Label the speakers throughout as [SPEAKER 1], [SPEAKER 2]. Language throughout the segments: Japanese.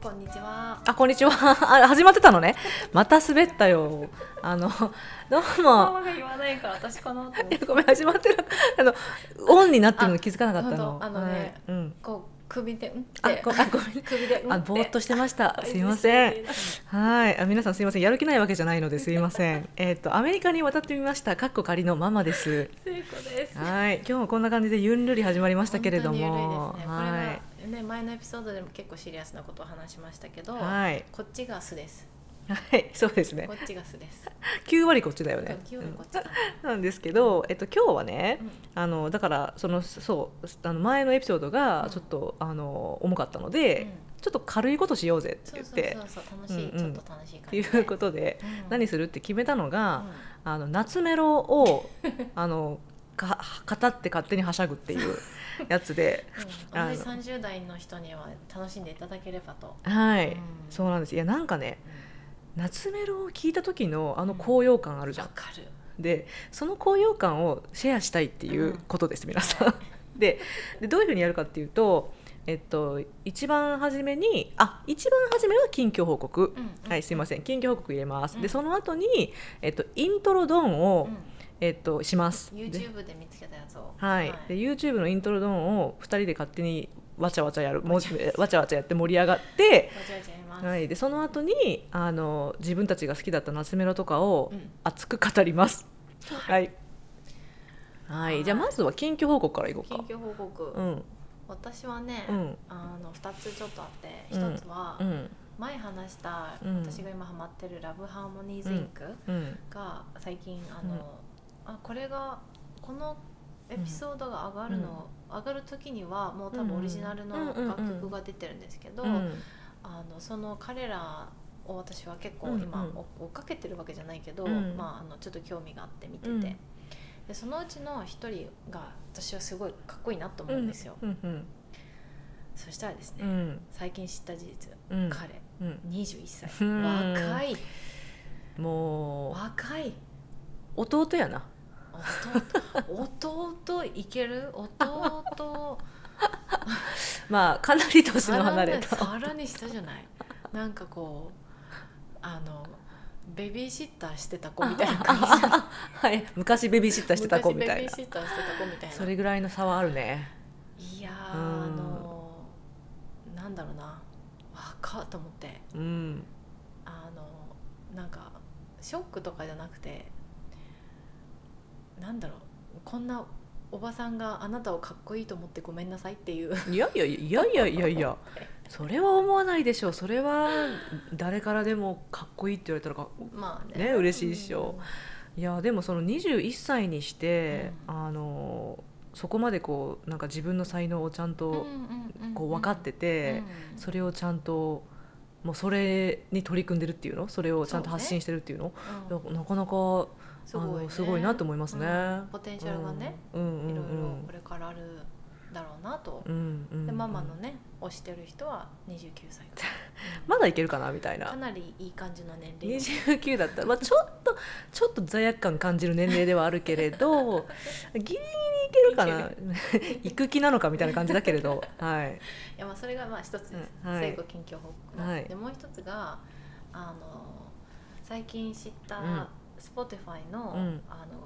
[SPEAKER 1] こんにちは。
[SPEAKER 2] あこんにちは あ始まってたのねまた滑ったよあのどう
[SPEAKER 1] マ
[SPEAKER 2] も
[SPEAKER 1] マが言わないから私かなと思っ
[SPEAKER 2] いや
[SPEAKER 1] て。
[SPEAKER 2] ごめん始まってるあのオンになってるの気づかなかったの
[SPEAKER 1] あ本当あのね
[SPEAKER 2] はいうん、
[SPEAKER 1] こう首でんって。
[SPEAKER 2] あごあごめん
[SPEAKER 1] 首でんって。
[SPEAKER 2] あぼーっとして ましたすいません。はいあ皆さんすいませんやる気ないわけじゃないのですいません えっとアメリカに渡ってみましたかっこ仮のママです
[SPEAKER 1] 成功です。
[SPEAKER 2] はい今日もこんな感じでゆんるり始まりましたけれども
[SPEAKER 1] 本当に緩いですね
[SPEAKER 2] は
[SPEAKER 1] これがね前のエピソードでも結構シリアスなことを話しましたけど、
[SPEAKER 2] いはい
[SPEAKER 1] こっちが素です。
[SPEAKER 2] はいそうですね
[SPEAKER 1] こっちが素です。
[SPEAKER 2] 9割こっちだよね
[SPEAKER 1] 時折こっちが。
[SPEAKER 2] うんなんですけどえっと今日はね
[SPEAKER 1] うん
[SPEAKER 2] あのだからそのそうあの前のエピソードがちょっと、あの重かったので、
[SPEAKER 1] うん
[SPEAKER 2] ちょっと軽いことしようぜって
[SPEAKER 1] そう
[SPEAKER 2] 言っ
[SPEAKER 1] そう
[SPEAKER 2] て
[SPEAKER 1] そうそう楽しい、
[SPEAKER 2] うんうん
[SPEAKER 1] ちょっと楽しい感
[SPEAKER 2] って
[SPEAKER 1] じ、ね。
[SPEAKER 2] いうことで、
[SPEAKER 1] うん
[SPEAKER 2] 何するって決めたのが、
[SPEAKER 1] う
[SPEAKER 2] あの夏メロをあのか語って勝手にはしゃぐっていうやつで
[SPEAKER 1] んう
[SPEAKER 2] あ
[SPEAKER 1] ん、
[SPEAKER 2] の
[SPEAKER 1] 同じ三十代の人には楽しんでいただければと。
[SPEAKER 2] はい、
[SPEAKER 1] うん
[SPEAKER 2] そうなんですいやなんかね
[SPEAKER 1] うん
[SPEAKER 2] 夏メロを聞いた時のあの高揚感あるじゃ
[SPEAKER 1] わ
[SPEAKER 2] ん。
[SPEAKER 1] かる。
[SPEAKER 2] でその高揚感をシェアしたいっていうことです、皆さん。 ででどういうふうにやるかっていうと、えっと、一番初めにあ一番初めは近況報告、
[SPEAKER 1] うん
[SPEAKER 2] はいすいません近況報告入れます、
[SPEAKER 1] うん
[SPEAKER 2] でその後にえっとイントロドンを、
[SPEAKER 1] う
[SPEAKER 2] えっと、します
[SPEAKER 1] ん、
[SPEAKER 2] で
[SPEAKER 1] YouTube で見つけたやつを。
[SPEAKER 2] はいで YouTube のイントロドンを2人で勝手にわちゃわちゃやるもうわちゃわちゃやって盛り上がって、
[SPEAKER 1] ごちゃごちゃやります。
[SPEAKER 2] はい、でその後にあの自分たちが好きだった夏メロとかを
[SPEAKER 1] うん
[SPEAKER 2] 熱く語ります、はい、はい、じゃあまずは近況報告からいこう
[SPEAKER 1] 近
[SPEAKER 2] か
[SPEAKER 1] 況報告、
[SPEAKER 2] うん
[SPEAKER 1] 私はね、
[SPEAKER 2] うん
[SPEAKER 1] あの2つちょっとあって
[SPEAKER 2] うん
[SPEAKER 1] 1つは
[SPEAKER 2] うん
[SPEAKER 1] 前話した、
[SPEAKER 2] うん
[SPEAKER 1] 私が今ハマってる「ラブハーモニーズインク
[SPEAKER 2] うん
[SPEAKER 1] が最近あの、あこれがこのエピソードが上がるの、上がる時にはもう多分オリジナルの
[SPEAKER 2] うんうん
[SPEAKER 1] 楽曲が出てるんですけど、
[SPEAKER 2] うん
[SPEAKER 1] あのその彼らを私は結構
[SPEAKER 2] うんうん
[SPEAKER 1] 今追っかけてるわけじゃないけど、
[SPEAKER 2] うん
[SPEAKER 1] まあ、あのちょっと興味があって見てて、
[SPEAKER 2] うん
[SPEAKER 1] でそのうちの一人が私はすごいかっこいいなと思うんですよ、
[SPEAKER 2] うんうん
[SPEAKER 1] そしたらですね、
[SPEAKER 2] うん
[SPEAKER 1] 最近知った事実
[SPEAKER 2] うん
[SPEAKER 1] 彼
[SPEAKER 2] うん
[SPEAKER 1] 21歳
[SPEAKER 2] うん
[SPEAKER 1] 若い
[SPEAKER 2] もう
[SPEAKER 1] 若い
[SPEAKER 2] 弟やな
[SPEAKER 1] 弟弟いける弟
[SPEAKER 2] まあかなり 年の離れ
[SPEAKER 1] さ
[SPEAKER 2] た
[SPEAKER 1] らにさらに下じゃないなんかこうあのベビーシッターしてた子みたいな感じじゃない
[SPEAKER 2] はい昔ベビーシッターしてた子みたいな
[SPEAKER 1] 昔ベビーシッターしてた子みたいな
[SPEAKER 2] それぐらいの差はあるね
[SPEAKER 1] いやー
[SPEAKER 2] うん
[SPEAKER 1] あのーなんだろうな若っと思って
[SPEAKER 2] うん
[SPEAKER 1] あのーなんかショックとかじゃなくてなんだろうこんなおばさんがあなたをかっこいいと思ってごめんなさいっていう
[SPEAKER 2] いやいやいやいやいやいやそれは思わないでしょうそれは誰からでもかっこいいって言われたらか
[SPEAKER 1] まあ
[SPEAKER 2] ね嬉しいっしょいやでもその21歳にして、
[SPEAKER 1] う
[SPEAKER 2] あのそこまでこうなんか自分の才能をちゃん
[SPEAKER 1] うん
[SPEAKER 2] と
[SPEAKER 1] うんん
[SPEAKER 2] こう分かってて、
[SPEAKER 1] うん
[SPEAKER 2] それをちゃんともうそれに取り組んでるっていうのそれをちゃんと発信してるっていうの
[SPEAKER 1] うん
[SPEAKER 2] いやなかなか
[SPEAKER 1] す
[SPEAKER 2] すご,、
[SPEAKER 1] ごい
[SPEAKER 2] あ
[SPEAKER 1] ね
[SPEAKER 2] のすごいなと思いますね。
[SPEAKER 1] うんポテンシャルがね、
[SPEAKER 2] うんうん
[SPEAKER 1] いろいろ
[SPEAKER 2] うん
[SPEAKER 1] これからあるだろうなと、
[SPEAKER 2] うんうん
[SPEAKER 1] でママのね推してる人は29歳か
[SPEAKER 2] まだいけるかなみたい
[SPEAKER 1] らか
[SPEAKER 2] な
[SPEAKER 1] なりいい感じの年齢
[SPEAKER 2] 29だったら、まあ、ちょっとちょっと罪悪感感じる年齢ではあるけれどギリギリいけるかな行く気なのかみたいな感じだけれどはい
[SPEAKER 1] いやまあそれがまあ一つです、
[SPEAKER 2] うんはい
[SPEAKER 1] 最後近況報告の、
[SPEAKER 2] はい
[SPEAKER 1] でもう一つがあの最近知った
[SPEAKER 2] うん
[SPEAKER 1] Spotify の,、
[SPEAKER 2] うん
[SPEAKER 1] あの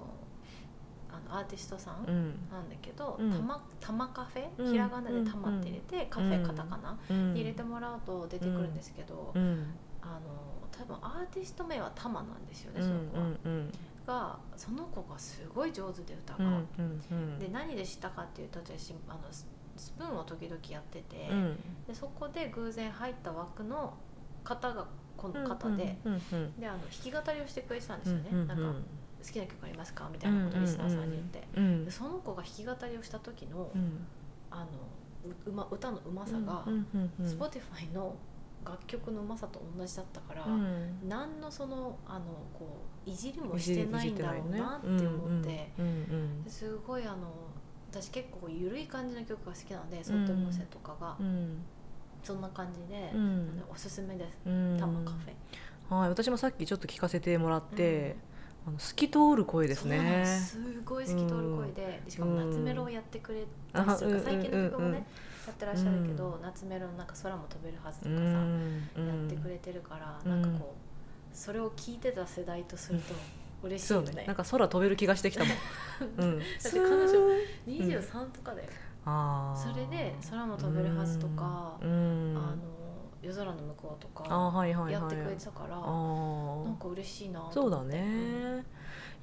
[SPEAKER 1] あのアーティストさん
[SPEAKER 2] うん
[SPEAKER 1] なんだけど「
[SPEAKER 2] うん
[SPEAKER 1] たまたまカフェ」
[SPEAKER 2] うん
[SPEAKER 1] ひらがなで「たま」って入れて「カフ
[SPEAKER 2] う
[SPEAKER 1] ェ」
[SPEAKER 2] ん
[SPEAKER 1] カタカナ、
[SPEAKER 2] うん
[SPEAKER 1] 入れてもらうと出てくるんですけど、
[SPEAKER 2] うん
[SPEAKER 1] あの多分アーティスト名は「たま」なんですよね、
[SPEAKER 2] う
[SPEAKER 1] そ
[SPEAKER 2] んう
[SPEAKER 1] の子は。
[SPEAKER 2] んうん
[SPEAKER 1] がその子がすごい上手で歌
[SPEAKER 2] う
[SPEAKER 1] が。
[SPEAKER 2] んうんうん
[SPEAKER 1] で何で知ったかっていうと私あのススプーンを時々やってて。
[SPEAKER 2] うん
[SPEAKER 1] でそこで偶然入った枠の方がこの方で,、
[SPEAKER 2] うんうん
[SPEAKER 1] であの弾き語りをしてくれてたんで
[SPEAKER 2] う
[SPEAKER 1] す
[SPEAKER 2] ん
[SPEAKER 1] よね、
[SPEAKER 2] うん
[SPEAKER 1] なんか「好きな曲ありますか?」みたいなことをリスナーさんに言って、
[SPEAKER 2] うんうん
[SPEAKER 1] でその子が弾き語りをした時の,、
[SPEAKER 2] うん
[SPEAKER 1] あのううま歌のうまさが、
[SPEAKER 2] うんうんうん
[SPEAKER 1] Spotify の楽曲のうまさと同じだったから、
[SPEAKER 2] うん
[SPEAKER 1] 何のそのあのこういじりもしてないんだろうなって思って。
[SPEAKER 2] うんうん
[SPEAKER 1] ですごいあの私結構緩い感じの曲が好きなので「ソットミョセ」とかが、
[SPEAKER 2] うん
[SPEAKER 1] そんな感じで、
[SPEAKER 2] うんうん
[SPEAKER 1] おすすめです。
[SPEAKER 2] うん
[SPEAKER 1] タマカフェ。
[SPEAKER 2] はい、私もさっきちょっと聞かせてもらって、あの透き通る声です
[SPEAKER 1] そうなの
[SPEAKER 2] ね。
[SPEAKER 1] すごい透き通る声で、でしかも夏メロをやってくれたりするか
[SPEAKER 2] うん
[SPEAKER 1] 最近の曲もね、やってらっしゃるけど、夏メロのなんか空も飛べるはずとかさ、やってくれてるから、
[SPEAKER 2] うん
[SPEAKER 1] なんかこうそれを聞いてた世代とすると嬉しい
[SPEAKER 2] そ
[SPEAKER 1] よ
[SPEAKER 2] う
[SPEAKER 1] ね
[SPEAKER 2] ねなんか空飛べる気がしてきたもん、 うん、
[SPEAKER 1] だって彼女23とかだよ、
[SPEAKER 2] あー
[SPEAKER 1] それで空も飛べるはずとか
[SPEAKER 2] うん
[SPEAKER 1] あの夜空の向こうとか
[SPEAKER 2] あーはいはいはい
[SPEAKER 1] やってくれてたから、
[SPEAKER 2] あー
[SPEAKER 1] なんか嬉しいなと
[SPEAKER 2] そう
[SPEAKER 1] 思
[SPEAKER 2] だ
[SPEAKER 1] って
[SPEAKER 2] ね、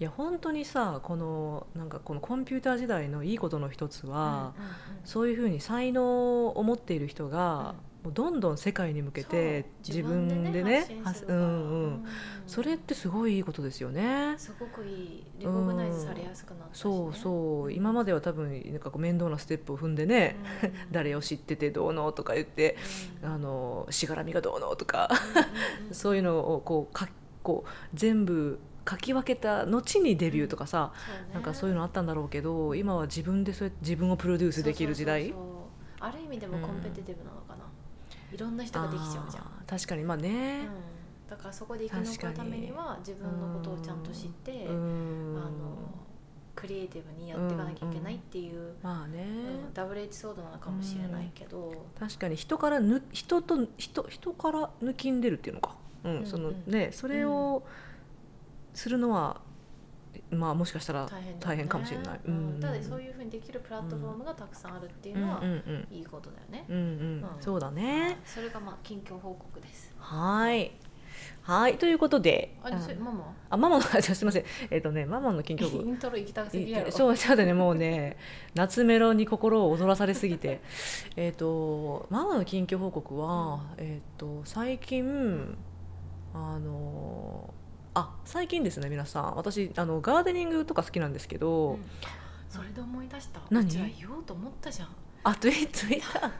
[SPEAKER 2] いや本当にさこのなんかこのコンピューター時代のいいことの一つ
[SPEAKER 1] うん
[SPEAKER 2] は、
[SPEAKER 1] うんうん
[SPEAKER 2] そういうふうに才能を持っている人が、もうどんどん世界に向けて
[SPEAKER 1] そう
[SPEAKER 2] 自分でね
[SPEAKER 1] 発信するか
[SPEAKER 2] は
[SPEAKER 1] ら
[SPEAKER 2] うんうん、それってすごいいいことですよね。
[SPEAKER 1] すごくいいリコグナイズされやすくなったし、ね
[SPEAKER 2] そうそう今までは多分なんかこう面倒なステップを踏んでね、
[SPEAKER 1] うん
[SPEAKER 2] 誰を知っててどうのとか言って
[SPEAKER 1] うん
[SPEAKER 2] あのしがらみがどうのとか
[SPEAKER 1] うんうんそう
[SPEAKER 2] そういうのをこうかこう全部書き分けた後にデビューとかさ、
[SPEAKER 1] ね
[SPEAKER 2] なんかそういうのあったんだろうけど今は自分でそうやって自分をプロデュースできる時
[SPEAKER 1] そ
[SPEAKER 2] 代
[SPEAKER 1] うそうそうそうある意味でもコンペティティブなのかな、いろんな人ができちゃうじゃん、
[SPEAKER 2] あー確かにまあね、
[SPEAKER 1] うん、だからそこで生き残るためには自分のことをちゃんと知って、
[SPEAKER 2] うん
[SPEAKER 1] あのクリエイティブにやっていかなきゃいけないっていう、
[SPEAKER 2] まあね、
[SPEAKER 1] うんダブルエッジソードなのかもしれないけど、
[SPEAKER 2] 確かに人からぬ人と人人から抜きんでるっていうのか、うん
[SPEAKER 1] うん
[SPEAKER 2] そのねそれをするのは、まあもしかしたら
[SPEAKER 1] 大変だよね
[SPEAKER 2] 大変かもしれない、
[SPEAKER 1] うん、ただそう
[SPEAKER 2] う
[SPEAKER 1] いうふうにできるプラットフォームがたくさんあるっていう
[SPEAKER 2] うんう
[SPEAKER 1] の
[SPEAKER 2] ん
[SPEAKER 1] は
[SPEAKER 2] うん
[SPEAKER 1] いいことだよね、
[SPEAKER 2] うんうん
[SPEAKER 1] うん
[SPEAKER 2] そうだね
[SPEAKER 1] それがまあ近況報告です
[SPEAKER 2] はいはいということで
[SPEAKER 1] あ、それママ
[SPEAKER 2] あママのすいませんえっ、とねママの 近況
[SPEAKER 1] イ
[SPEAKER 2] 部
[SPEAKER 1] ントロ行きたくすぎやろ
[SPEAKER 2] いそうそうだねもうね夏メロに心を躍らされすぎて えっとママの近況報告は、えっ、と最近あのあ最近ですね皆さん私あのガーデニングとか好きなんですけど、
[SPEAKER 1] うんそれで思い出した
[SPEAKER 2] 何
[SPEAKER 1] うちら言おうと思ったじゃん
[SPEAKER 2] あツイツイッター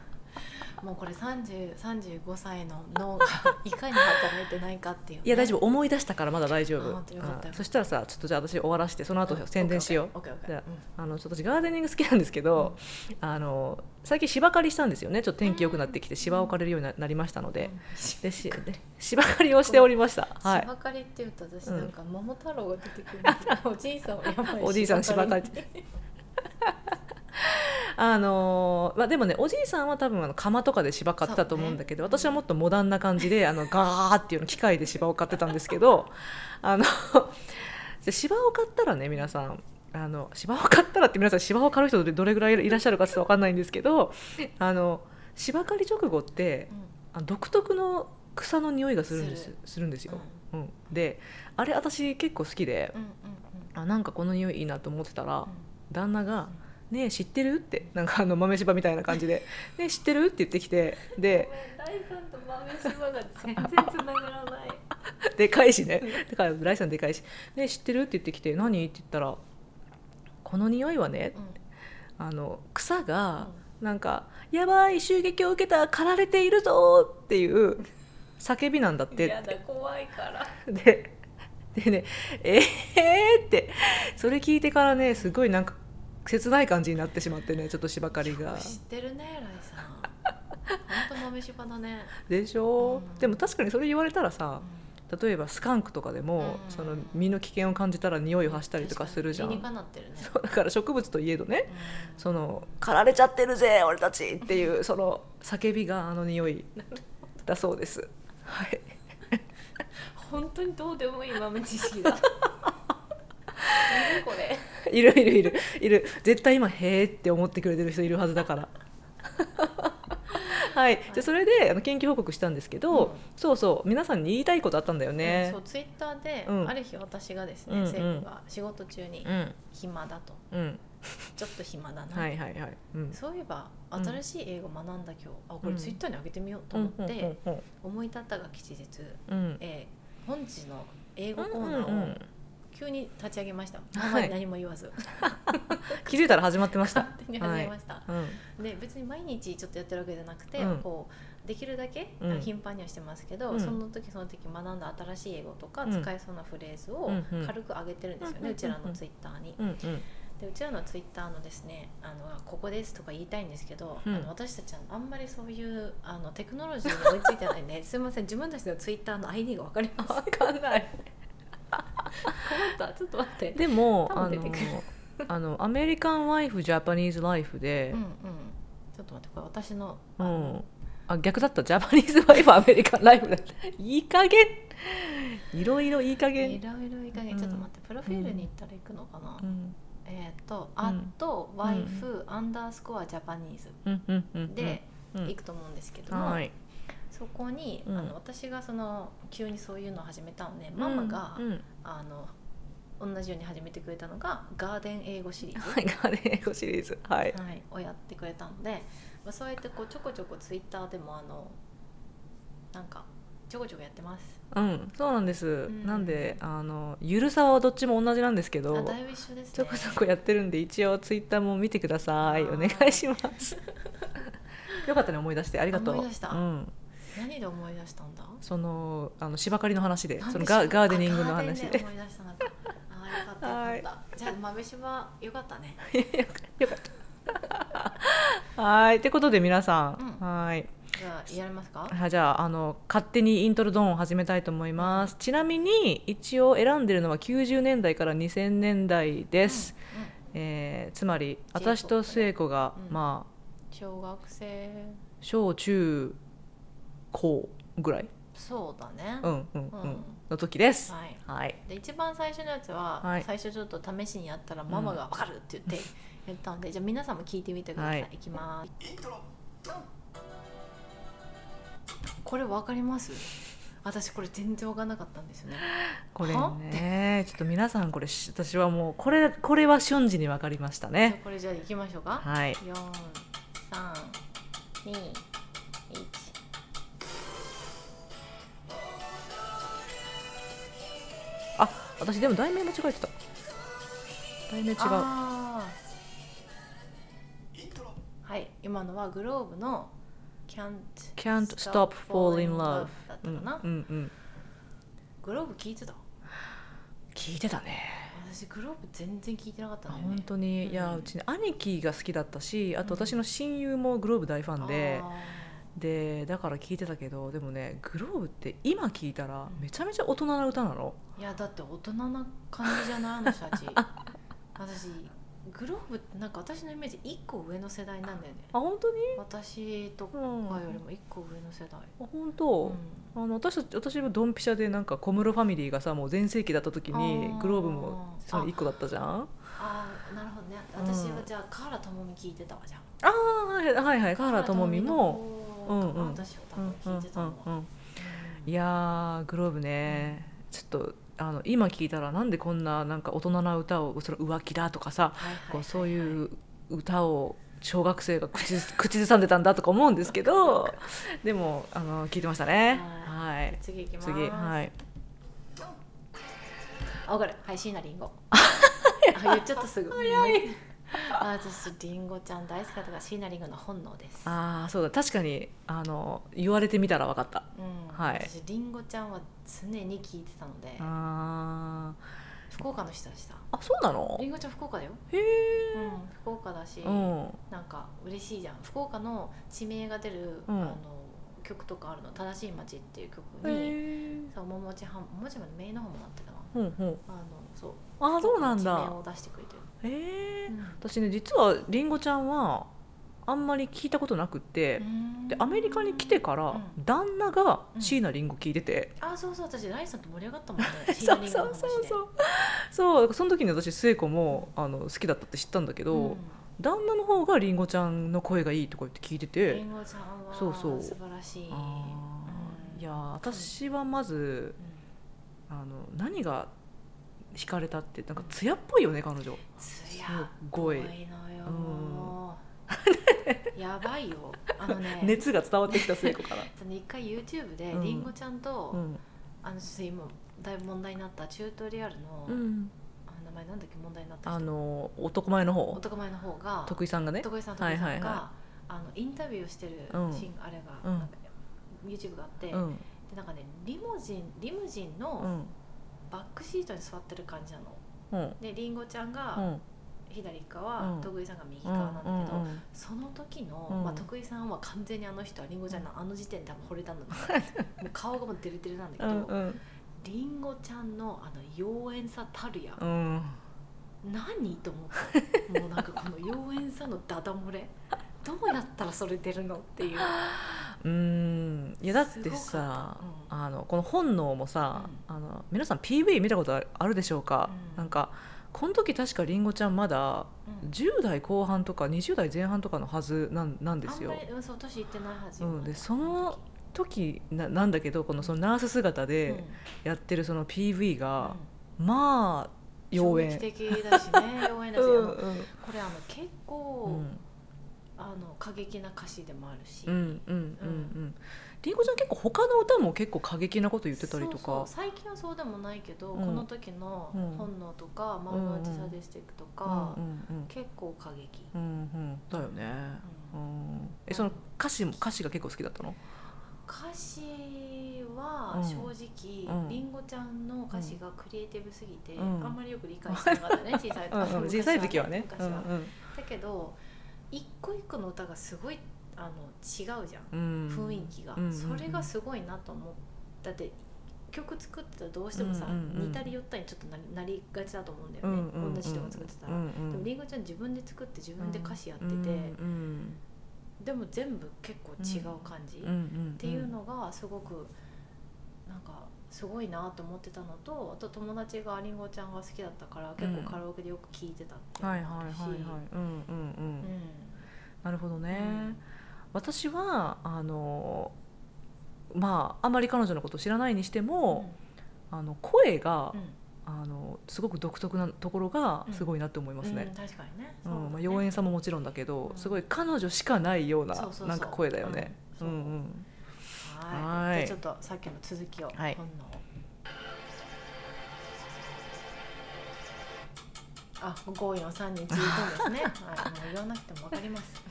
[SPEAKER 1] もうこれ30 35歳の脳がいかに働いてないかっていうね、
[SPEAKER 2] いや大丈夫思い出したからまだ大丈
[SPEAKER 1] あ
[SPEAKER 2] 夫
[SPEAKER 1] 本当よかった
[SPEAKER 2] うんそしたらさちょっとじゃあ私終わらしてその後
[SPEAKER 1] うん
[SPEAKER 2] 宣伝しよう、
[SPEAKER 1] オッケーオッケー
[SPEAKER 2] じゃ
[SPEAKER 1] オッケーうん
[SPEAKER 2] あのちょっと私ガーデニング好きなんですけど、あの最近芝刈りしたんですよねちょっと天気良くなってきて芝を刈れるようにななりましたので,、でしで芝刈りをしておりました、は
[SPEAKER 1] 芝
[SPEAKER 2] い、
[SPEAKER 1] 刈りって言うと私
[SPEAKER 2] うん
[SPEAKER 1] なんか桃太郎が出てくるんだ けどおじいさんはやばい
[SPEAKER 2] おじいさん芝刈りあのーまあ、でもねおじいさんは多分あの釜とかで芝刈ってたと思うんだけど、
[SPEAKER 1] そうね
[SPEAKER 2] 私はもっとモダンな感じで あのガーっていうの機械で芝を刈ってたんですけどあので芝を刈ったらね皆さんあの芝を刈ったらって皆さん芝を刈る人どれぐらいいらっしゃるかちょっと分かんないんですけどあの芝刈り直後って
[SPEAKER 1] うん
[SPEAKER 2] あの独特の草の匂いがするんです
[SPEAKER 1] す
[SPEAKER 2] す
[SPEAKER 1] る
[SPEAKER 2] るんですよ、うんであれ私結構好きで
[SPEAKER 1] うんうん
[SPEAKER 2] あなんかこの匂いいいなと思ってたら、
[SPEAKER 1] うん
[SPEAKER 2] 旦那が「ねえ知ってる?」ってなんかあの豆柴みたいな感じで「ねえ知ってる?」って言ってきてで
[SPEAKER 1] ライさんと豆柴が全然つながらない
[SPEAKER 2] でかいしねだからライさんでかいし「ねえ知ってる?」って言ってきて「何?」って言ったら「この匂いはねあの草がなんか「やばい襲撃を受けた狩られているぞ!」っていう叫びなんだって
[SPEAKER 1] だ怖いから
[SPEAKER 2] ででね「えー!」ってそれ聞いてからねすごいなんか切ない感じになってしまってねちょっと芝刈りが。
[SPEAKER 1] 知ってるねライさん本当豆柴だね
[SPEAKER 2] でしょ、
[SPEAKER 1] うん
[SPEAKER 2] でも確かにそれ言われたら
[SPEAKER 1] う
[SPEAKER 2] さ
[SPEAKER 1] ん
[SPEAKER 2] 例えばスカンクとかでも、
[SPEAKER 1] うん
[SPEAKER 2] その身の危険を感じたら匂いを発したりとかするじゃん、
[SPEAKER 1] 確かに理にかなってるね
[SPEAKER 2] そうだから植物といえどね
[SPEAKER 1] うん
[SPEAKER 2] その「狩られちゃってるぜ俺たち!」っていうその叫びがあの匂いだそうです。はい、
[SPEAKER 1] 本当にどうでもいい豆知識 だいるこれ
[SPEAKER 2] いるいるいるいる絶対今「へえ」って思ってくれてる人いるはずだから。 はい、でそれであの研究報告したんですけど、
[SPEAKER 1] うん
[SPEAKER 2] そうそう皆さんに言いたいことあったんだよね。
[SPEAKER 1] そうツイッターで、
[SPEAKER 2] うん
[SPEAKER 1] ある日私がです
[SPEAKER 2] うん
[SPEAKER 1] ね
[SPEAKER 2] うん
[SPEAKER 1] 政府、聖子が仕事中に
[SPEAKER 2] うん、
[SPEAKER 1] 暇だと
[SPEAKER 2] うん、
[SPEAKER 1] ちょっと暇だな、
[SPEAKER 2] はいはいはい、うん、
[SPEAKER 1] そういえば
[SPEAKER 2] うん
[SPEAKER 1] 新しい英語学んだ今日、あこ
[SPEAKER 2] う
[SPEAKER 1] れ
[SPEAKER 2] ん
[SPEAKER 1] ツイッターに上げてみようと思って、
[SPEAKER 2] うんうん
[SPEAKER 1] 思い立ったが吉日、
[SPEAKER 2] うんうん
[SPEAKER 1] えー本日の英語コ
[SPEAKER 2] う
[SPEAKER 1] ー
[SPEAKER 2] ん
[SPEAKER 1] ナ
[SPEAKER 2] うんう
[SPEAKER 1] ーを
[SPEAKER 2] ん
[SPEAKER 1] 急に立ち上げました、
[SPEAKER 2] い
[SPEAKER 1] ママに何も言わず
[SPEAKER 2] 気づいたら始まってました
[SPEAKER 1] 勝。手に始めました、
[SPEAKER 2] うん
[SPEAKER 1] で別に毎日ちょっとやってるわけじゃなくて、
[SPEAKER 2] うん
[SPEAKER 1] こうできるだけ、
[SPEAKER 2] うん
[SPEAKER 1] あ頻繁にはしてますけど、
[SPEAKER 2] うん
[SPEAKER 1] その時その時学んだ新しい英語とか
[SPEAKER 2] うん
[SPEAKER 1] 使えそうなフレーズを
[SPEAKER 2] うんうん
[SPEAKER 1] 軽く上げてるんですよね、
[SPEAKER 2] うんうんうんうん
[SPEAKER 1] うちらのツイッターに。
[SPEAKER 2] うんうん
[SPEAKER 1] でうちらのツイッターのですね「あのここです」とか言いたいんですけど、
[SPEAKER 2] うん
[SPEAKER 1] あの私たちはあんまりそういうあのテクノロジーに追いついてないんで すいません自分たちのツイッターの ID が分かります
[SPEAKER 2] わかんない。
[SPEAKER 1] 困ったちょっと待って。
[SPEAKER 2] でも
[SPEAKER 1] 多
[SPEAKER 2] あ
[SPEAKER 1] 分出
[SPEAKER 2] の
[SPEAKER 1] てくる
[SPEAKER 2] あのアメリカンワイフジャパニーズライフで、
[SPEAKER 1] うんうんちょっと待ってこれ私の
[SPEAKER 2] うんあ逆だったジャパニーズワイフアメリカンライフだったいい加減いろいろいい加
[SPEAKER 1] い
[SPEAKER 2] 減、
[SPEAKER 1] ろいろいい加減、
[SPEAKER 2] うん
[SPEAKER 1] ちょっと待ってプロフィールに行ったら行くのかな、
[SPEAKER 2] うん、
[SPEAKER 1] えっ、と「
[SPEAKER 2] ん
[SPEAKER 1] アットワイフアンダースコアジャパニーズ
[SPEAKER 2] うんうんうんう」ん
[SPEAKER 1] で
[SPEAKER 2] うん
[SPEAKER 1] 行くと思うんですけども、
[SPEAKER 2] はい
[SPEAKER 1] そこに、
[SPEAKER 2] うん
[SPEAKER 1] あの私がその急にそういうのを始めたので、ママが、
[SPEAKER 2] うんうん
[SPEAKER 1] あの同じように始めてくれたのがガーデン英語シリーズ、
[SPEAKER 2] はいガーデン英語シリーズはい
[SPEAKER 1] はい、をやってくれたので、まあ、そうやってこうちょこちょこツイッターでもあのなんかちょこちょこやってます
[SPEAKER 2] うんそうなんです、
[SPEAKER 1] ん
[SPEAKER 2] なんであのゆるさはどっちも同じなんですけ
[SPEAKER 1] あ
[SPEAKER 2] ど
[SPEAKER 1] だいぶ一緒です
[SPEAKER 2] ちょ
[SPEAKER 1] ね
[SPEAKER 2] こちょこやってるんで一応ツイッターも見てください
[SPEAKER 1] は
[SPEAKER 2] お
[SPEAKER 1] ー
[SPEAKER 2] 願
[SPEAKER 1] い
[SPEAKER 2] いします よかったね思い出してありがとう
[SPEAKER 1] 思い出した
[SPEAKER 2] うん、
[SPEAKER 1] 何で思い出したんだ
[SPEAKER 2] そのあの芝刈りの話で
[SPEAKER 1] なんで
[SPEAKER 2] そのガ
[SPEAKER 1] しょう
[SPEAKER 2] ガーデニング
[SPEAKER 1] あ
[SPEAKER 2] の
[SPEAKER 1] ガーデン
[SPEAKER 2] 話で
[SPEAKER 1] ね思い出したなんかあーよかったよかったじゃあ豆柴よかったね
[SPEAKER 2] よかった。はい、ってことで皆さん、
[SPEAKER 1] うん
[SPEAKER 2] はい、
[SPEAKER 1] じゃあやりますか
[SPEAKER 2] あじゃああの勝手にイントロドーンを始めたいと思います。ちなみに一応選んでるのは90年代から2000年代です。
[SPEAKER 1] うんうん
[SPEAKER 2] えーつまり私と末子が、
[SPEAKER 1] うん
[SPEAKER 2] ま
[SPEAKER 1] 小学生
[SPEAKER 2] あ小中高ぐらい、
[SPEAKER 1] そうだね、
[SPEAKER 2] う
[SPEAKER 1] は
[SPEAKER 2] んうんうん、
[SPEAKER 1] うん
[SPEAKER 2] の時です。
[SPEAKER 1] い
[SPEAKER 2] はい。
[SPEAKER 1] で一番最初のやつは、
[SPEAKER 2] はい
[SPEAKER 1] 最初ちょっと試しにやったらママが「分かる!」って言ってやったんで、じゃあ皆さんも聞いてみてください、
[SPEAKER 2] はい
[SPEAKER 1] い、きますこれ分かります私これ全然分かんなかったんですよね
[SPEAKER 2] これね、ちょっと皆さんこれし私はもうこれこれは瞬時にわかりまし
[SPEAKER 1] じ
[SPEAKER 2] た
[SPEAKER 1] ゃあ
[SPEAKER 2] ね。
[SPEAKER 1] これじゃあいきましょうか
[SPEAKER 2] はい。
[SPEAKER 1] 四三二一
[SPEAKER 2] あ私でも題名間違えてた題名違う
[SPEAKER 1] あーはい今のはグローブの Can't
[SPEAKER 2] Can't Stop Fall in Love
[SPEAKER 1] だった
[SPEAKER 2] う
[SPEAKER 1] か
[SPEAKER 2] ん
[SPEAKER 1] な、
[SPEAKER 2] うんうん
[SPEAKER 1] グローブ聞いてた
[SPEAKER 2] 聞いてたね
[SPEAKER 1] 私グローブ全然聞いてなかったんだよね
[SPEAKER 2] 本当に、
[SPEAKER 1] うん
[SPEAKER 2] いやうちね兄貴が好きだったしあと
[SPEAKER 1] うん
[SPEAKER 2] 私の親友もグローブ大ファンで、
[SPEAKER 1] あ
[SPEAKER 2] でだから聞いてたけどでもねグローブって今聞いたらめちゃめちゃ大人な歌なの
[SPEAKER 1] ーいやだって大人な感じじゃないあの人 たち私グローブってなんか私のイメージ1個上の世代なんだよね
[SPEAKER 2] あ本当に
[SPEAKER 1] 私とか
[SPEAKER 2] うんあ
[SPEAKER 1] よりも1個上の世代、
[SPEAKER 2] 本
[SPEAKER 1] う
[SPEAKER 2] 当、
[SPEAKER 1] ん
[SPEAKER 2] あの私たち私もドンピシャでなんか小室ファミリーがさもう全盛期だった時に
[SPEAKER 1] あー
[SPEAKER 2] グローブもその1個だったじゃん
[SPEAKER 1] ああなるほどね
[SPEAKER 2] うん
[SPEAKER 1] 私はじゃあカーラともみ聞いてたわじゃん
[SPEAKER 2] ああはいはいはい河原智美も
[SPEAKER 1] カーラともみの方が
[SPEAKER 2] うんうん
[SPEAKER 1] 私は多
[SPEAKER 2] う
[SPEAKER 1] 分
[SPEAKER 2] んうん
[SPEAKER 1] 聞いてたの
[SPEAKER 2] うんうんいやーグローブね、ちょっとあの今聞いたらなんでこんななんか大人な歌をその浮気だとかさ、こうそう
[SPEAKER 1] う
[SPEAKER 2] いう歌を小学生が口ず口ずさんでたんだとか思うんですけどでもあの聞いてましたね
[SPEAKER 1] は
[SPEAKER 2] はい
[SPEAKER 1] 次いきます
[SPEAKER 2] 次はい
[SPEAKER 1] あわかるはい椎名林 檎あ言っちゃったすぐ早い あ私りんごちゃん大好きだったから椎名林檎の本能です
[SPEAKER 2] ああそうだ確かにあの言われてみたら分かった
[SPEAKER 1] うん、
[SPEAKER 2] はい
[SPEAKER 1] 私りんごちゃんは常に聞いてたので
[SPEAKER 2] あー
[SPEAKER 1] 福岡の人だしさ
[SPEAKER 2] あそうなの
[SPEAKER 1] りんごちゃん福岡だよ、
[SPEAKER 2] へ
[SPEAKER 1] う
[SPEAKER 2] え
[SPEAKER 1] ん、福岡だし、
[SPEAKER 2] うん
[SPEAKER 1] なんか嬉しいじゃん福岡の地名が出る、
[SPEAKER 2] うん
[SPEAKER 1] あの曲とかあるの「正しい街」っていう曲
[SPEAKER 2] へ
[SPEAKER 1] に
[SPEAKER 2] え
[SPEAKER 1] そう桃地半桃地まで名の方もなってたな
[SPEAKER 2] ほうほう
[SPEAKER 1] あのそう
[SPEAKER 2] ああそうなん
[SPEAKER 1] 地
[SPEAKER 2] だ
[SPEAKER 1] 名を出してくれてる、
[SPEAKER 2] へえ
[SPEAKER 1] うん
[SPEAKER 2] 私ね実はりんごちゃんはあんまり聞いたことなくって、でアメリカに来てから
[SPEAKER 1] う
[SPEAKER 2] 旦那が
[SPEAKER 1] うん
[SPEAKER 2] 椎名林檎聞いてて、
[SPEAKER 1] んあそうそう私ライさんと盛り上がったもんねシ
[SPEAKER 2] そう
[SPEAKER 1] ン
[SPEAKER 2] そう
[SPEAKER 1] グ
[SPEAKER 2] そうそうそうだからその時に私末子もあの好きだったって知ったんだけど、旦那の方がりんごちゃんの声がいいとか言って聞いて
[SPEAKER 1] り
[SPEAKER 2] て、
[SPEAKER 1] んごちゃんは
[SPEAKER 2] そうそう
[SPEAKER 1] 素晴らしい
[SPEAKER 2] あ
[SPEAKER 1] う
[SPEAKER 2] ー
[SPEAKER 1] ん
[SPEAKER 2] いやー私はまず
[SPEAKER 1] うん
[SPEAKER 2] あの何が惹かれたってなんか艶っぽいよね彼女
[SPEAKER 1] つ
[SPEAKER 2] す
[SPEAKER 1] や
[SPEAKER 2] ごい
[SPEAKER 1] 多いのよ、やばいよあの ね
[SPEAKER 2] 熱が伝わってきた末 子から、
[SPEAKER 1] その一回 YouTube で
[SPEAKER 2] うん
[SPEAKER 1] りんごちゃんと、
[SPEAKER 2] うん
[SPEAKER 1] あのちょっと今だいぶ問題になったチュートリアルの、
[SPEAKER 2] うん、
[SPEAKER 1] あの名前なんだっけ問題になった人
[SPEAKER 2] あの男前の方
[SPEAKER 1] 男前の方が
[SPEAKER 2] 徳井さんがね
[SPEAKER 1] 徳井さん徳井さんが、
[SPEAKER 2] はいはいは
[SPEAKER 1] あのインタビューをしてる
[SPEAKER 2] うん
[SPEAKER 1] シーン、あれが、
[SPEAKER 2] うん
[SPEAKER 1] なんか YouTube があって、
[SPEAKER 2] うん
[SPEAKER 1] でなんかねリモジンリムジン
[SPEAKER 2] う
[SPEAKER 1] の
[SPEAKER 2] ん
[SPEAKER 1] バックシートに座ってる感じなの。
[SPEAKER 2] うん
[SPEAKER 1] でりんごちゃん
[SPEAKER 2] う
[SPEAKER 1] が
[SPEAKER 2] ん
[SPEAKER 1] 左
[SPEAKER 2] う
[SPEAKER 1] 側、
[SPEAKER 2] ん
[SPEAKER 1] 徳井さんが右
[SPEAKER 2] うん
[SPEAKER 1] 側なんだけど、
[SPEAKER 2] うんうん
[SPEAKER 1] その時の、
[SPEAKER 2] うん
[SPEAKER 1] まあ、徳井さんは完全にあの人はりんごちゃんのあの時点で多分惚れたんだと思 うもう顔がもうデレデレなんだけど、
[SPEAKER 2] うん
[SPEAKER 1] りんごちゃんのあの妖艶さたるや、
[SPEAKER 2] うん
[SPEAKER 1] 何と思ったもうなんかこの妖艶さのダダ漏れどうやったらそれ出るのって いう、
[SPEAKER 2] うんいやだって
[SPEAKER 1] すごか
[SPEAKER 2] さ
[SPEAKER 1] っ、た
[SPEAKER 2] あのこの本能もさ、あの皆さん PV 見たことあるあるでしょうか、
[SPEAKER 1] うん
[SPEAKER 2] なんかこの時確かりんごちゃんまだ
[SPEAKER 1] うん
[SPEAKER 2] 10代後半とか20代前半とかのはずなんなんで
[SPEAKER 1] あ
[SPEAKER 2] す
[SPEAKER 1] ん
[SPEAKER 2] よ
[SPEAKER 1] ま。り、うん、そう年いってないはず
[SPEAKER 2] う
[SPEAKER 1] よ
[SPEAKER 2] ん、でその時ななんだけどこのそのナース姿
[SPEAKER 1] うん
[SPEAKER 2] でやってるその PV
[SPEAKER 1] うん
[SPEAKER 2] が、まあ妖
[SPEAKER 1] 衝
[SPEAKER 2] 艶。
[SPEAKER 1] 撃的だしね妖艶だし、
[SPEAKER 2] う
[SPEAKER 1] あ
[SPEAKER 2] ん
[SPEAKER 1] のこれあの結
[SPEAKER 2] う
[SPEAKER 1] 構、
[SPEAKER 2] ん
[SPEAKER 1] あの過激な歌詞でもあるし、
[SPEAKER 2] うんうんうんうんりんごちゃん結構他の歌も結構過激なこと言ってたり
[SPEAKER 1] そ
[SPEAKER 2] と
[SPEAKER 1] うそう
[SPEAKER 2] か
[SPEAKER 1] 最近はそうでもないけど、
[SPEAKER 2] うん
[SPEAKER 1] この時の
[SPEAKER 2] うん
[SPEAKER 1] 「本能」とか「マウント・サディスティック」とか、
[SPEAKER 2] うんうん
[SPEAKER 1] 結構過激、
[SPEAKER 2] うんうんだよね、
[SPEAKER 1] う
[SPEAKER 2] うんん、えその歌詞も歌詞が結構好きだったの
[SPEAKER 1] 歌詞は
[SPEAKER 2] うん
[SPEAKER 1] 正直、
[SPEAKER 2] うん
[SPEAKER 1] りんごちゃんの歌詞がクリエイティブすぎて、
[SPEAKER 2] うん
[SPEAKER 1] あんまりよく理解してなかっ たね小さい時
[SPEAKER 2] うんうん小さい時はね
[SPEAKER 1] 昔は
[SPEAKER 2] うんうん
[SPEAKER 1] だけど一個一個の歌がすごいあの違うじゃん
[SPEAKER 2] うん
[SPEAKER 1] 雰囲気が、
[SPEAKER 2] うんうんうん
[SPEAKER 1] それがすごいなと思うだって曲作ってたらどうしてもさ、
[SPEAKER 2] うんうんうん
[SPEAKER 1] 似たり寄ったりにちょっとなりなりがちだと思うんだよ
[SPEAKER 2] うん
[SPEAKER 1] ね、
[SPEAKER 2] うんうん
[SPEAKER 1] 同じ人が作ってたら、
[SPEAKER 2] うんうん
[SPEAKER 1] でもりんごちゃん自分で作って自分で歌詞やってて、
[SPEAKER 2] うんうん
[SPEAKER 1] でも全部結構違う感じ、
[SPEAKER 2] うんうんうん
[SPEAKER 1] っていうのがすごくなんかすごいなと思ってたのとあと友達がりんごちゃんが好きだったから結構カラオケでよく聴いてたっていう
[SPEAKER 2] はい
[SPEAKER 1] の
[SPEAKER 2] は
[SPEAKER 1] もあ
[SPEAKER 2] いはい
[SPEAKER 1] るし
[SPEAKER 2] はいうんうんう
[SPEAKER 1] うんん
[SPEAKER 2] なるほどね、
[SPEAKER 1] うん
[SPEAKER 2] 私はあのまああまり彼女のこと知らないにしても、あの声が、
[SPEAKER 1] うん
[SPEAKER 2] あのすごく独特なところがすごいなって思います
[SPEAKER 1] う
[SPEAKER 2] ね
[SPEAKER 1] ん、確かにね
[SPEAKER 2] うん
[SPEAKER 1] そうだね
[SPEAKER 2] まあ、妖艶さももちろんだけど、
[SPEAKER 1] うん
[SPEAKER 2] すごい彼女しかないような
[SPEAKER 1] そうそうそう
[SPEAKER 2] なんか声だよね。
[SPEAKER 1] う
[SPEAKER 2] うんん
[SPEAKER 1] そう
[SPEAKER 2] うん
[SPEAKER 1] は
[SPEAKER 2] はいい
[SPEAKER 1] じゃあちょっとさっきの続きを今
[SPEAKER 2] はい
[SPEAKER 1] 度あ五四三二一一 ですねはいもう言わなくてもわかります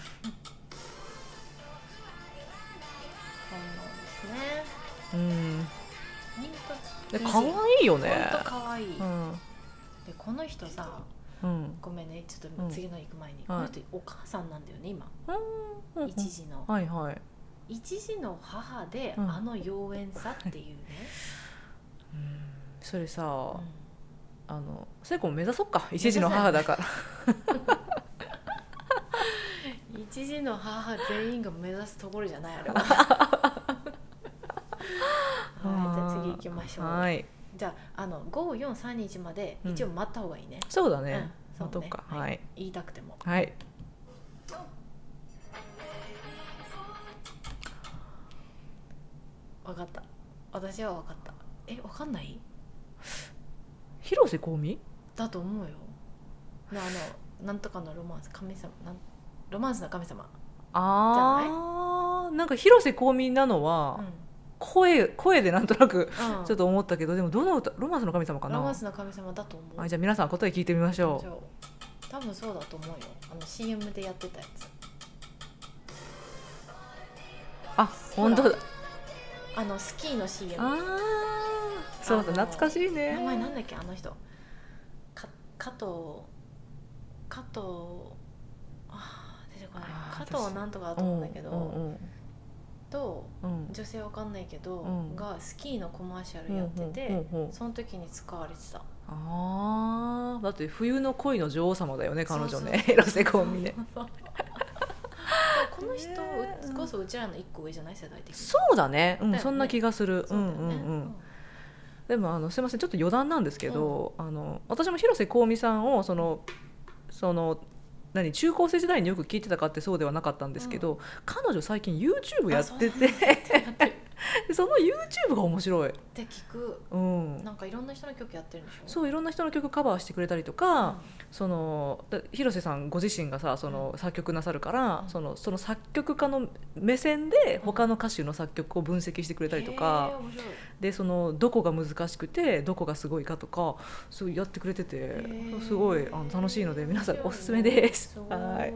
[SPEAKER 1] 本能ですね
[SPEAKER 2] うん
[SPEAKER 1] 本
[SPEAKER 2] で
[SPEAKER 1] 当
[SPEAKER 2] 可愛いよね。
[SPEAKER 1] 本当可愛い、
[SPEAKER 2] うん
[SPEAKER 1] でこの人さ
[SPEAKER 2] うん
[SPEAKER 1] ごめんねちょっ
[SPEAKER 2] う
[SPEAKER 1] と
[SPEAKER 2] ん
[SPEAKER 1] 次の行く前に、こ
[SPEAKER 2] は
[SPEAKER 1] の
[SPEAKER 2] い
[SPEAKER 1] 人お母さんなんだよね今
[SPEAKER 2] うん
[SPEAKER 1] 一時の
[SPEAKER 2] はいはい。
[SPEAKER 1] 一時の母で、
[SPEAKER 2] うん
[SPEAKER 1] あの妖艶さっていうね、
[SPEAKER 2] それさ、
[SPEAKER 1] うん
[SPEAKER 2] あの聖子も目指そっか一時の母 だから。
[SPEAKER 1] 一時の母全員が目指すところじゃないあ れははいじゃあ次行きましょう、
[SPEAKER 2] はい。
[SPEAKER 1] じゃああの5431まで一応待った方がいいね、
[SPEAKER 2] そうだ
[SPEAKER 1] うん
[SPEAKER 2] ね。
[SPEAKER 1] そうね
[SPEAKER 2] どっか
[SPEAKER 1] はい
[SPEAKER 2] はい
[SPEAKER 1] 言いたくても
[SPEAKER 2] はい。
[SPEAKER 1] 分かった私は分かったえ分かんない
[SPEAKER 2] 広瀬香美？
[SPEAKER 1] だと思うよなあのなんとかのロマンス神様なんロマンスの神様
[SPEAKER 2] ああなんか広瀬香美なのは、
[SPEAKER 1] うん
[SPEAKER 2] 声声でなんとなく
[SPEAKER 1] うん
[SPEAKER 2] ちょっと思ったけどでもどの歌ロマンスの神様かな。
[SPEAKER 1] ロマンスの神様だと思う
[SPEAKER 2] はい、じゃあ皆さん答え聞いてみましょ
[SPEAKER 1] じ
[SPEAKER 2] う
[SPEAKER 1] ゃあ多分そうだと思うよあの CM でやってたやつ
[SPEAKER 2] あ本当だ
[SPEAKER 1] あのスキーの CM
[SPEAKER 2] あーそうだ
[SPEAKER 1] あの
[SPEAKER 2] 懐かしいね
[SPEAKER 1] 名前なんだっけあの人か加藤加藤あー出てこない
[SPEAKER 2] あー
[SPEAKER 1] 加藤なんとかだと思うんだけ
[SPEAKER 2] うん
[SPEAKER 1] どと
[SPEAKER 2] うんうん
[SPEAKER 1] 女性わかんないけど、
[SPEAKER 2] うん
[SPEAKER 1] がスキーのコマーシャ
[SPEAKER 2] う
[SPEAKER 1] ル
[SPEAKER 2] ん
[SPEAKER 1] やってて、
[SPEAKER 2] ほうほうほう
[SPEAKER 1] その時に使われてた
[SPEAKER 2] あーだって冬の恋の女王様だよね彼
[SPEAKER 1] そうそ
[SPEAKER 2] 女
[SPEAKER 1] う
[SPEAKER 2] ねエロセコミね
[SPEAKER 1] そう この人
[SPEAKER 2] ねえ
[SPEAKER 1] こそうちらの一個上じゃない世代的に
[SPEAKER 2] そうだねう
[SPEAKER 1] だよ
[SPEAKER 2] ん
[SPEAKER 1] ね
[SPEAKER 2] そんな気がするう
[SPEAKER 1] そうんだよ
[SPEAKER 2] うん
[SPEAKER 1] ね
[SPEAKER 2] うんでもあのすいませんちょっと余談なんですけどあの私も広瀬香美さんをそのその何中高生時代によく聞いてたかってそうではなかったんですけど彼女最近 YouTube やってて そその YouTube が面白い
[SPEAKER 1] って聞く
[SPEAKER 2] うん
[SPEAKER 1] なんかいろんな人の曲やってるんでしょう
[SPEAKER 2] そういろんな人の曲カバーしてくれたりと
[SPEAKER 1] ん、
[SPEAKER 2] か、そのだ広瀬さんご自身がさその
[SPEAKER 1] う
[SPEAKER 2] 作曲なさるから、
[SPEAKER 1] うん
[SPEAKER 2] そのその作曲家の目線で他の歌手の作曲を分析してくれたりと
[SPEAKER 1] へ
[SPEAKER 2] か、
[SPEAKER 1] ー面白い
[SPEAKER 2] でそのどこが難しくてどこがすごいかとかそうやってくれてて、
[SPEAKER 1] へー
[SPEAKER 2] すごいあの楽しいので皆さんおすすめです。
[SPEAKER 1] すごいは
[SPEAKER 2] はいい、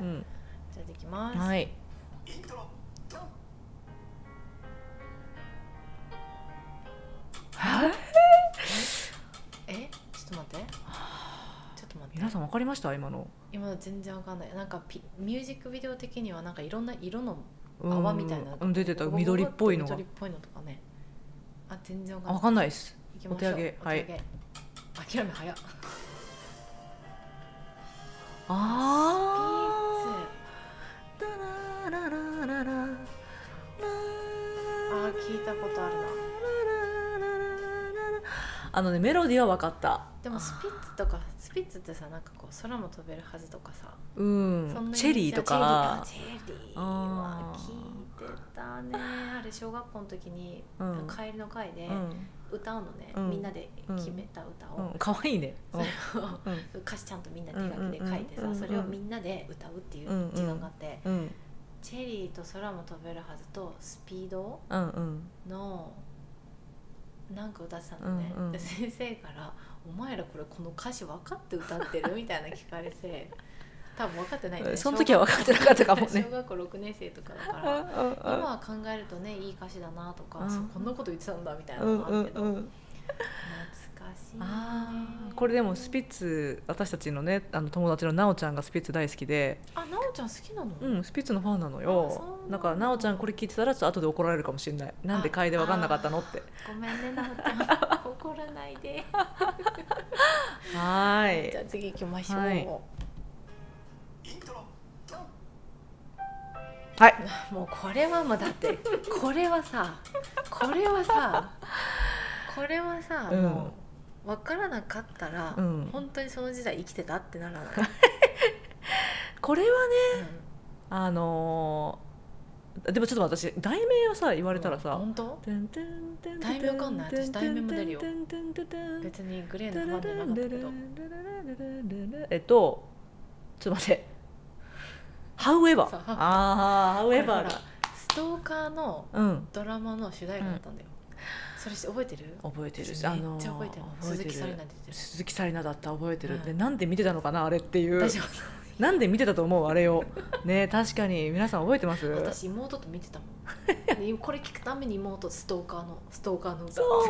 [SPEAKER 2] うん
[SPEAKER 1] じゃあできます、
[SPEAKER 2] はいはい
[SPEAKER 1] えちょっと待ってちょっと待っ
[SPEAKER 2] 皆
[SPEAKER 1] て
[SPEAKER 2] さんわかりました今の
[SPEAKER 1] 今の全然わかんないなんかピミュージックビデオ的にはなんかいろんな色の
[SPEAKER 2] うん
[SPEAKER 1] 泡みたいな
[SPEAKER 2] うん出てた緑っぽいのが
[SPEAKER 1] 緑っぽいのとかねあ全然わかん
[SPEAKER 2] あ
[SPEAKER 1] な
[SPEAKER 2] わ
[SPEAKER 1] い
[SPEAKER 2] かんないです
[SPEAKER 1] 行きましょう
[SPEAKER 2] お手上げはい
[SPEAKER 1] お手上諦め早っ
[SPEAKER 2] あ
[SPEAKER 1] ピ聞いたことあるな
[SPEAKER 2] あのねメロディーは分かった
[SPEAKER 1] でもスピッツとかスピッツってさなんかこう空も飛べるはずとかさ、
[SPEAKER 2] う
[SPEAKER 1] そん
[SPEAKER 2] ん
[SPEAKER 1] な
[SPEAKER 2] チェリーとか
[SPEAKER 1] チェリーあチェリーは聞いてたねあれ小学校の時に、
[SPEAKER 2] うん
[SPEAKER 1] 帰りの会で
[SPEAKER 2] うん
[SPEAKER 1] 歌うのね、
[SPEAKER 2] うん
[SPEAKER 1] みんなで決めた歌を、
[SPEAKER 2] うん可愛いねうんうん
[SPEAKER 1] 歌詞ちゃんとみんな手書きで書いてさ、
[SPEAKER 2] うんうんうんうん
[SPEAKER 1] それをみんなで歌うっていう時間があって、
[SPEAKER 2] うん
[SPEAKER 1] チェリーと空も飛べるはずとスピード
[SPEAKER 2] うんうん
[SPEAKER 1] のなんか歌ってたのね、
[SPEAKER 2] うんうん
[SPEAKER 1] で先生から「お前らこれこの歌詞分かって歌ってる?」みたいな聞かれて 多分分かってないんだよ
[SPEAKER 2] その時は分かってなかったかもね
[SPEAKER 1] 小学校6年生とかだか
[SPEAKER 2] う
[SPEAKER 1] ら
[SPEAKER 2] ん
[SPEAKER 1] 今は考えるとねいい歌詞だなとか、
[SPEAKER 2] うん
[SPEAKER 1] そうこんなこと言ってたんだみたいな
[SPEAKER 2] う
[SPEAKER 1] の
[SPEAKER 2] ん
[SPEAKER 1] もあ
[SPEAKER 2] う
[SPEAKER 1] る
[SPEAKER 2] ん
[SPEAKER 1] けど、
[SPEAKER 2] うん
[SPEAKER 1] 懐かしいね
[SPEAKER 2] あーこれでもスピッツ私たちのねあの友達の奈緒ちゃんがスピッツ大好きで、
[SPEAKER 1] あなおちゃん好きなの、
[SPEAKER 2] うん、スピッツのファンなの
[SPEAKER 1] あそう
[SPEAKER 2] よ
[SPEAKER 1] なんだ
[SPEAKER 2] だから奈緒ちゃんこれ聞いてたらちょっと後で怒られるかもしれないなんで
[SPEAKER 1] あ
[SPEAKER 2] 楓分かんなかったのって
[SPEAKER 1] ごめんねなおち ゃん怒らないで
[SPEAKER 2] は
[SPEAKER 1] じゃ
[SPEAKER 2] ー
[SPEAKER 1] あ
[SPEAKER 2] い
[SPEAKER 1] 次行きましょう、
[SPEAKER 2] はい
[SPEAKER 1] も
[SPEAKER 2] はい、
[SPEAKER 1] うこれ はもうだってこれはさこれはさこれはさ、
[SPEAKER 2] うん
[SPEAKER 1] もう分からなかったら、
[SPEAKER 2] うん
[SPEAKER 1] 本当にその時代生きてたってならない、
[SPEAKER 2] これはね
[SPEAKER 1] うん
[SPEAKER 2] あのーでもちょっと私題名をさ言われたらさ
[SPEAKER 1] 本当題
[SPEAKER 2] 題
[SPEAKER 1] 名わかんない私題名も出るよ別にグレーのファンじゃなかったけど
[SPEAKER 2] えっとちょっと待って「However
[SPEAKER 1] そう」
[SPEAKER 2] ああ「
[SPEAKER 1] だから
[SPEAKER 2] However
[SPEAKER 1] ストーカーの」
[SPEAKER 2] うん
[SPEAKER 1] ドラマの主題歌だったんだよ、それして覚えてる
[SPEAKER 2] 覚えてる
[SPEAKER 1] めっ
[SPEAKER 2] し
[SPEAKER 1] ちゃ
[SPEAKER 2] あのー
[SPEAKER 1] 覚えてる
[SPEAKER 2] 覚え
[SPEAKER 1] 鈴
[SPEAKER 2] て
[SPEAKER 1] 木紗理
[SPEAKER 2] る
[SPEAKER 1] 奈出てる
[SPEAKER 2] 鈴木紗理奈だった覚えて
[SPEAKER 1] う
[SPEAKER 2] る
[SPEAKER 1] ん
[SPEAKER 2] でなんで見てたのかなあれっていう
[SPEAKER 1] 大丈夫
[SPEAKER 2] なんで見てたと思うあれを ね確かに皆さん覚えてます
[SPEAKER 1] 私妹と見てたも んでこれ聞くために妹ストーカーのストーカーの歌
[SPEAKER 2] そう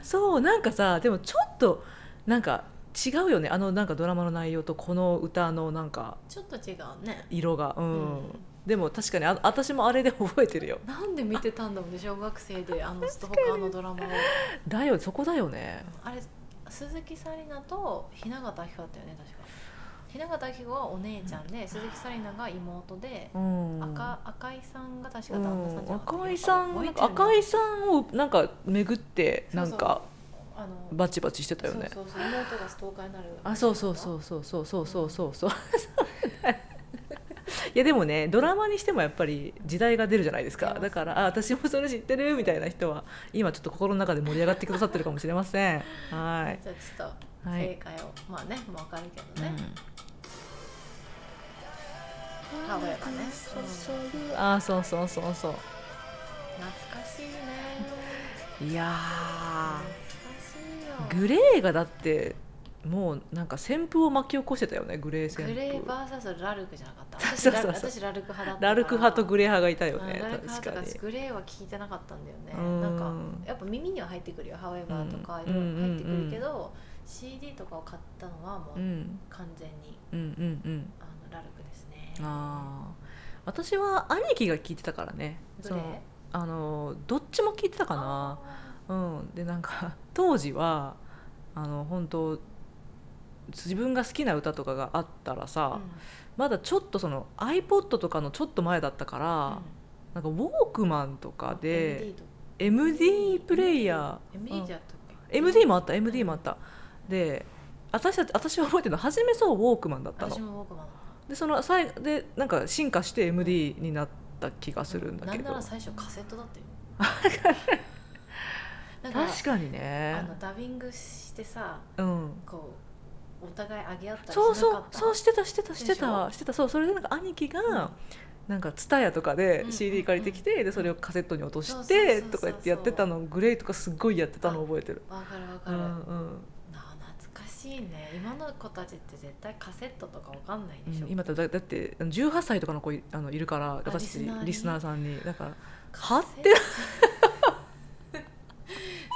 [SPEAKER 2] そうなんかさでもちょっとなんか違うよねあのなんかドラマの内容とこの歌のなんか
[SPEAKER 1] ちょっと違うね
[SPEAKER 2] 色がうん、
[SPEAKER 1] うん
[SPEAKER 2] でも確かにあ私もあれで覚えてるよ
[SPEAKER 1] なんで見てたんだもんね小学生であのストーカーのドラマを
[SPEAKER 2] だよそこだよね
[SPEAKER 1] あれ鈴木紗理奈と雛形あきこだったよね確か雛形あきこはお姉ちゃんで、鈴木紗理奈が妹で、
[SPEAKER 2] うん
[SPEAKER 1] 赤赤井さんが確か
[SPEAKER 2] う
[SPEAKER 1] 旦那さん
[SPEAKER 2] ん
[SPEAKER 1] じゃなかった
[SPEAKER 2] 赤井さん
[SPEAKER 1] 覚え
[SPEAKER 2] なん
[SPEAKER 1] てる
[SPEAKER 2] か
[SPEAKER 1] な
[SPEAKER 2] 赤井さんをなんか巡ってなんか
[SPEAKER 1] あの
[SPEAKER 2] バチバチしてたよね
[SPEAKER 1] そうそうそう妹がストーカーになる
[SPEAKER 2] あそうそうそうそうそうそうそうそうそういやでもねドラマにしてもやっぱり時代が出るじゃないです
[SPEAKER 1] 出ま
[SPEAKER 2] か
[SPEAKER 1] す
[SPEAKER 2] だからあ私もそれ知ってるみたいな人は今ちょっと心の中で盛り上がってくださってるかもしれませんはい、
[SPEAKER 1] じゃあちょっと
[SPEAKER 2] はい
[SPEAKER 1] 正解を、まあねもうわかるけど
[SPEAKER 2] うん
[SPEAKER 1] ね、ハワイはね
[SPEAKER 2] そうそうあそうそうそうそ
[SPEAKER 1] 懐かしいね
[SPEAKER 2] ういや
[SPEAKER 1] 懐かしいよ
[SPEAKER 2] ーグレーがだってもうなんか旋風を巻き起こしてたよねグレー旋
[SPEAKER 1] グ
[SPEAKER 2] 風
[SPEAKER 1] レー VS ラルクじゃなかった私
[SPEAKER 2] そう
[SPEAKER 1] ラ
[SPEAKER 2] そう
[SPEAKER 1] ル
[SPEAKER 2] そう
[SPEAKER 1] 私ラルク派だったから
[SPEAKER 2] ラルク派とグレー派がいたよ
[SPEAKER 1] うん
[SPEAKER 2] ね
[SPEAKER 1] ラルク
[SPEAKER 2] 確
[SPEAKER 1] 派と
[SPEAKER 2] か
[SPEAKER 1] か
[SPEAKER 2] に
[SPEAKER 1] 私グレーは聞いてなかったんだよね
[SPEAKER 2] うん
[SPEAKER 1] なんかやっぱ耳には入ってくるよ「ハウエバー」とかいろ
[SPEAKER 2] うん
[SPEAKER 1] いろ入ってくるけど、CD とかを買ったのはも
[SPEAKER 2] う
[SPEAKER 1] うん完全に
[SPEAKER 2] うんうんうん
[SPEAKER 1] あのラルクですね
[SPEAKER 2] あー私は兄貴が聞いてたからね
[SPEAKER 1] グレー
[SPEAKER 2] のあのどっちも聞いてたかなうんでなんか 当時はあの本当自分が好きな歌とかがあった
[SPEAKER 1] あ
[SPEAKER 2] ら
[SPEAKER 1] ー
[SPEAKER 2] さ、まだちょっとその iPod とかのちょっと前だったから、なんかウォークマンとかで MD プレイヤー
[SPEAKER 1] MD じ
[SPEAKER 2] うん
[SPEAKER 1] ゃったっけ
[SPEAKER 2] MD もあった MD もあった、で私たち私は覚えてるの初めそうウォークマンだったの
[SPEAKER 1] 私も僕も
[SPEAKER 2] でその最後でなんか進化して MD になった気がするんだけど、
[SPEAKER 1] なんなら最初カセットだったよなんか
[SPEAKER 2] 確かにね
[SPEAKER 1] あのダビングしてさ
[SPEAKER 2] うん
[SPEAKER 1] こうお互い上げ合ったりしなか
[SPEAKER 2] そ
[SPEAKER 1] った
[SPEAKER 2] うそうそうしてたしてたして
[SPEAKER 1] で
[SPEAKER 2] たしてたそうそれでなんか兄貴が、
[SPEAKER 1] うん
[SPEAKER 2] なんかツタヤとかで
[SPEAKER 1] うん
[SPEAKER 2] CD 借りてきて、でそれをカセットに落とし
[SPEAKER 1] そうそうそう
[SPEAKER 2] て
[SPEAKER 1] そう
[SPEAKER 2] とか言ってやってたのグレイとかすっごいやってたの覚えてる
[SPEAKER 1] わかるわか
[SPEAKER 2] う
[SPEAKER 1] る、
[SPEAKER 2] んうん
[SPEAKER 1] なあ懐かしいね今の子たちって絶対カセットとかわかんないでしょ、
[SPEAKER 2] 今だだだって18歳とかの子いあのいるから私たち
[SPEAKER 1] リスナーに
[SPEAKER 2] リスナーさんにだから
[SPEAKER 1] カ
[SPEAKER 2] は
[SPEAKER 1] セ
[SPEAKER 2] っ
[SPEAKER 1] ッ
[SPEAKER 2] て
[SPEAKER 1] ト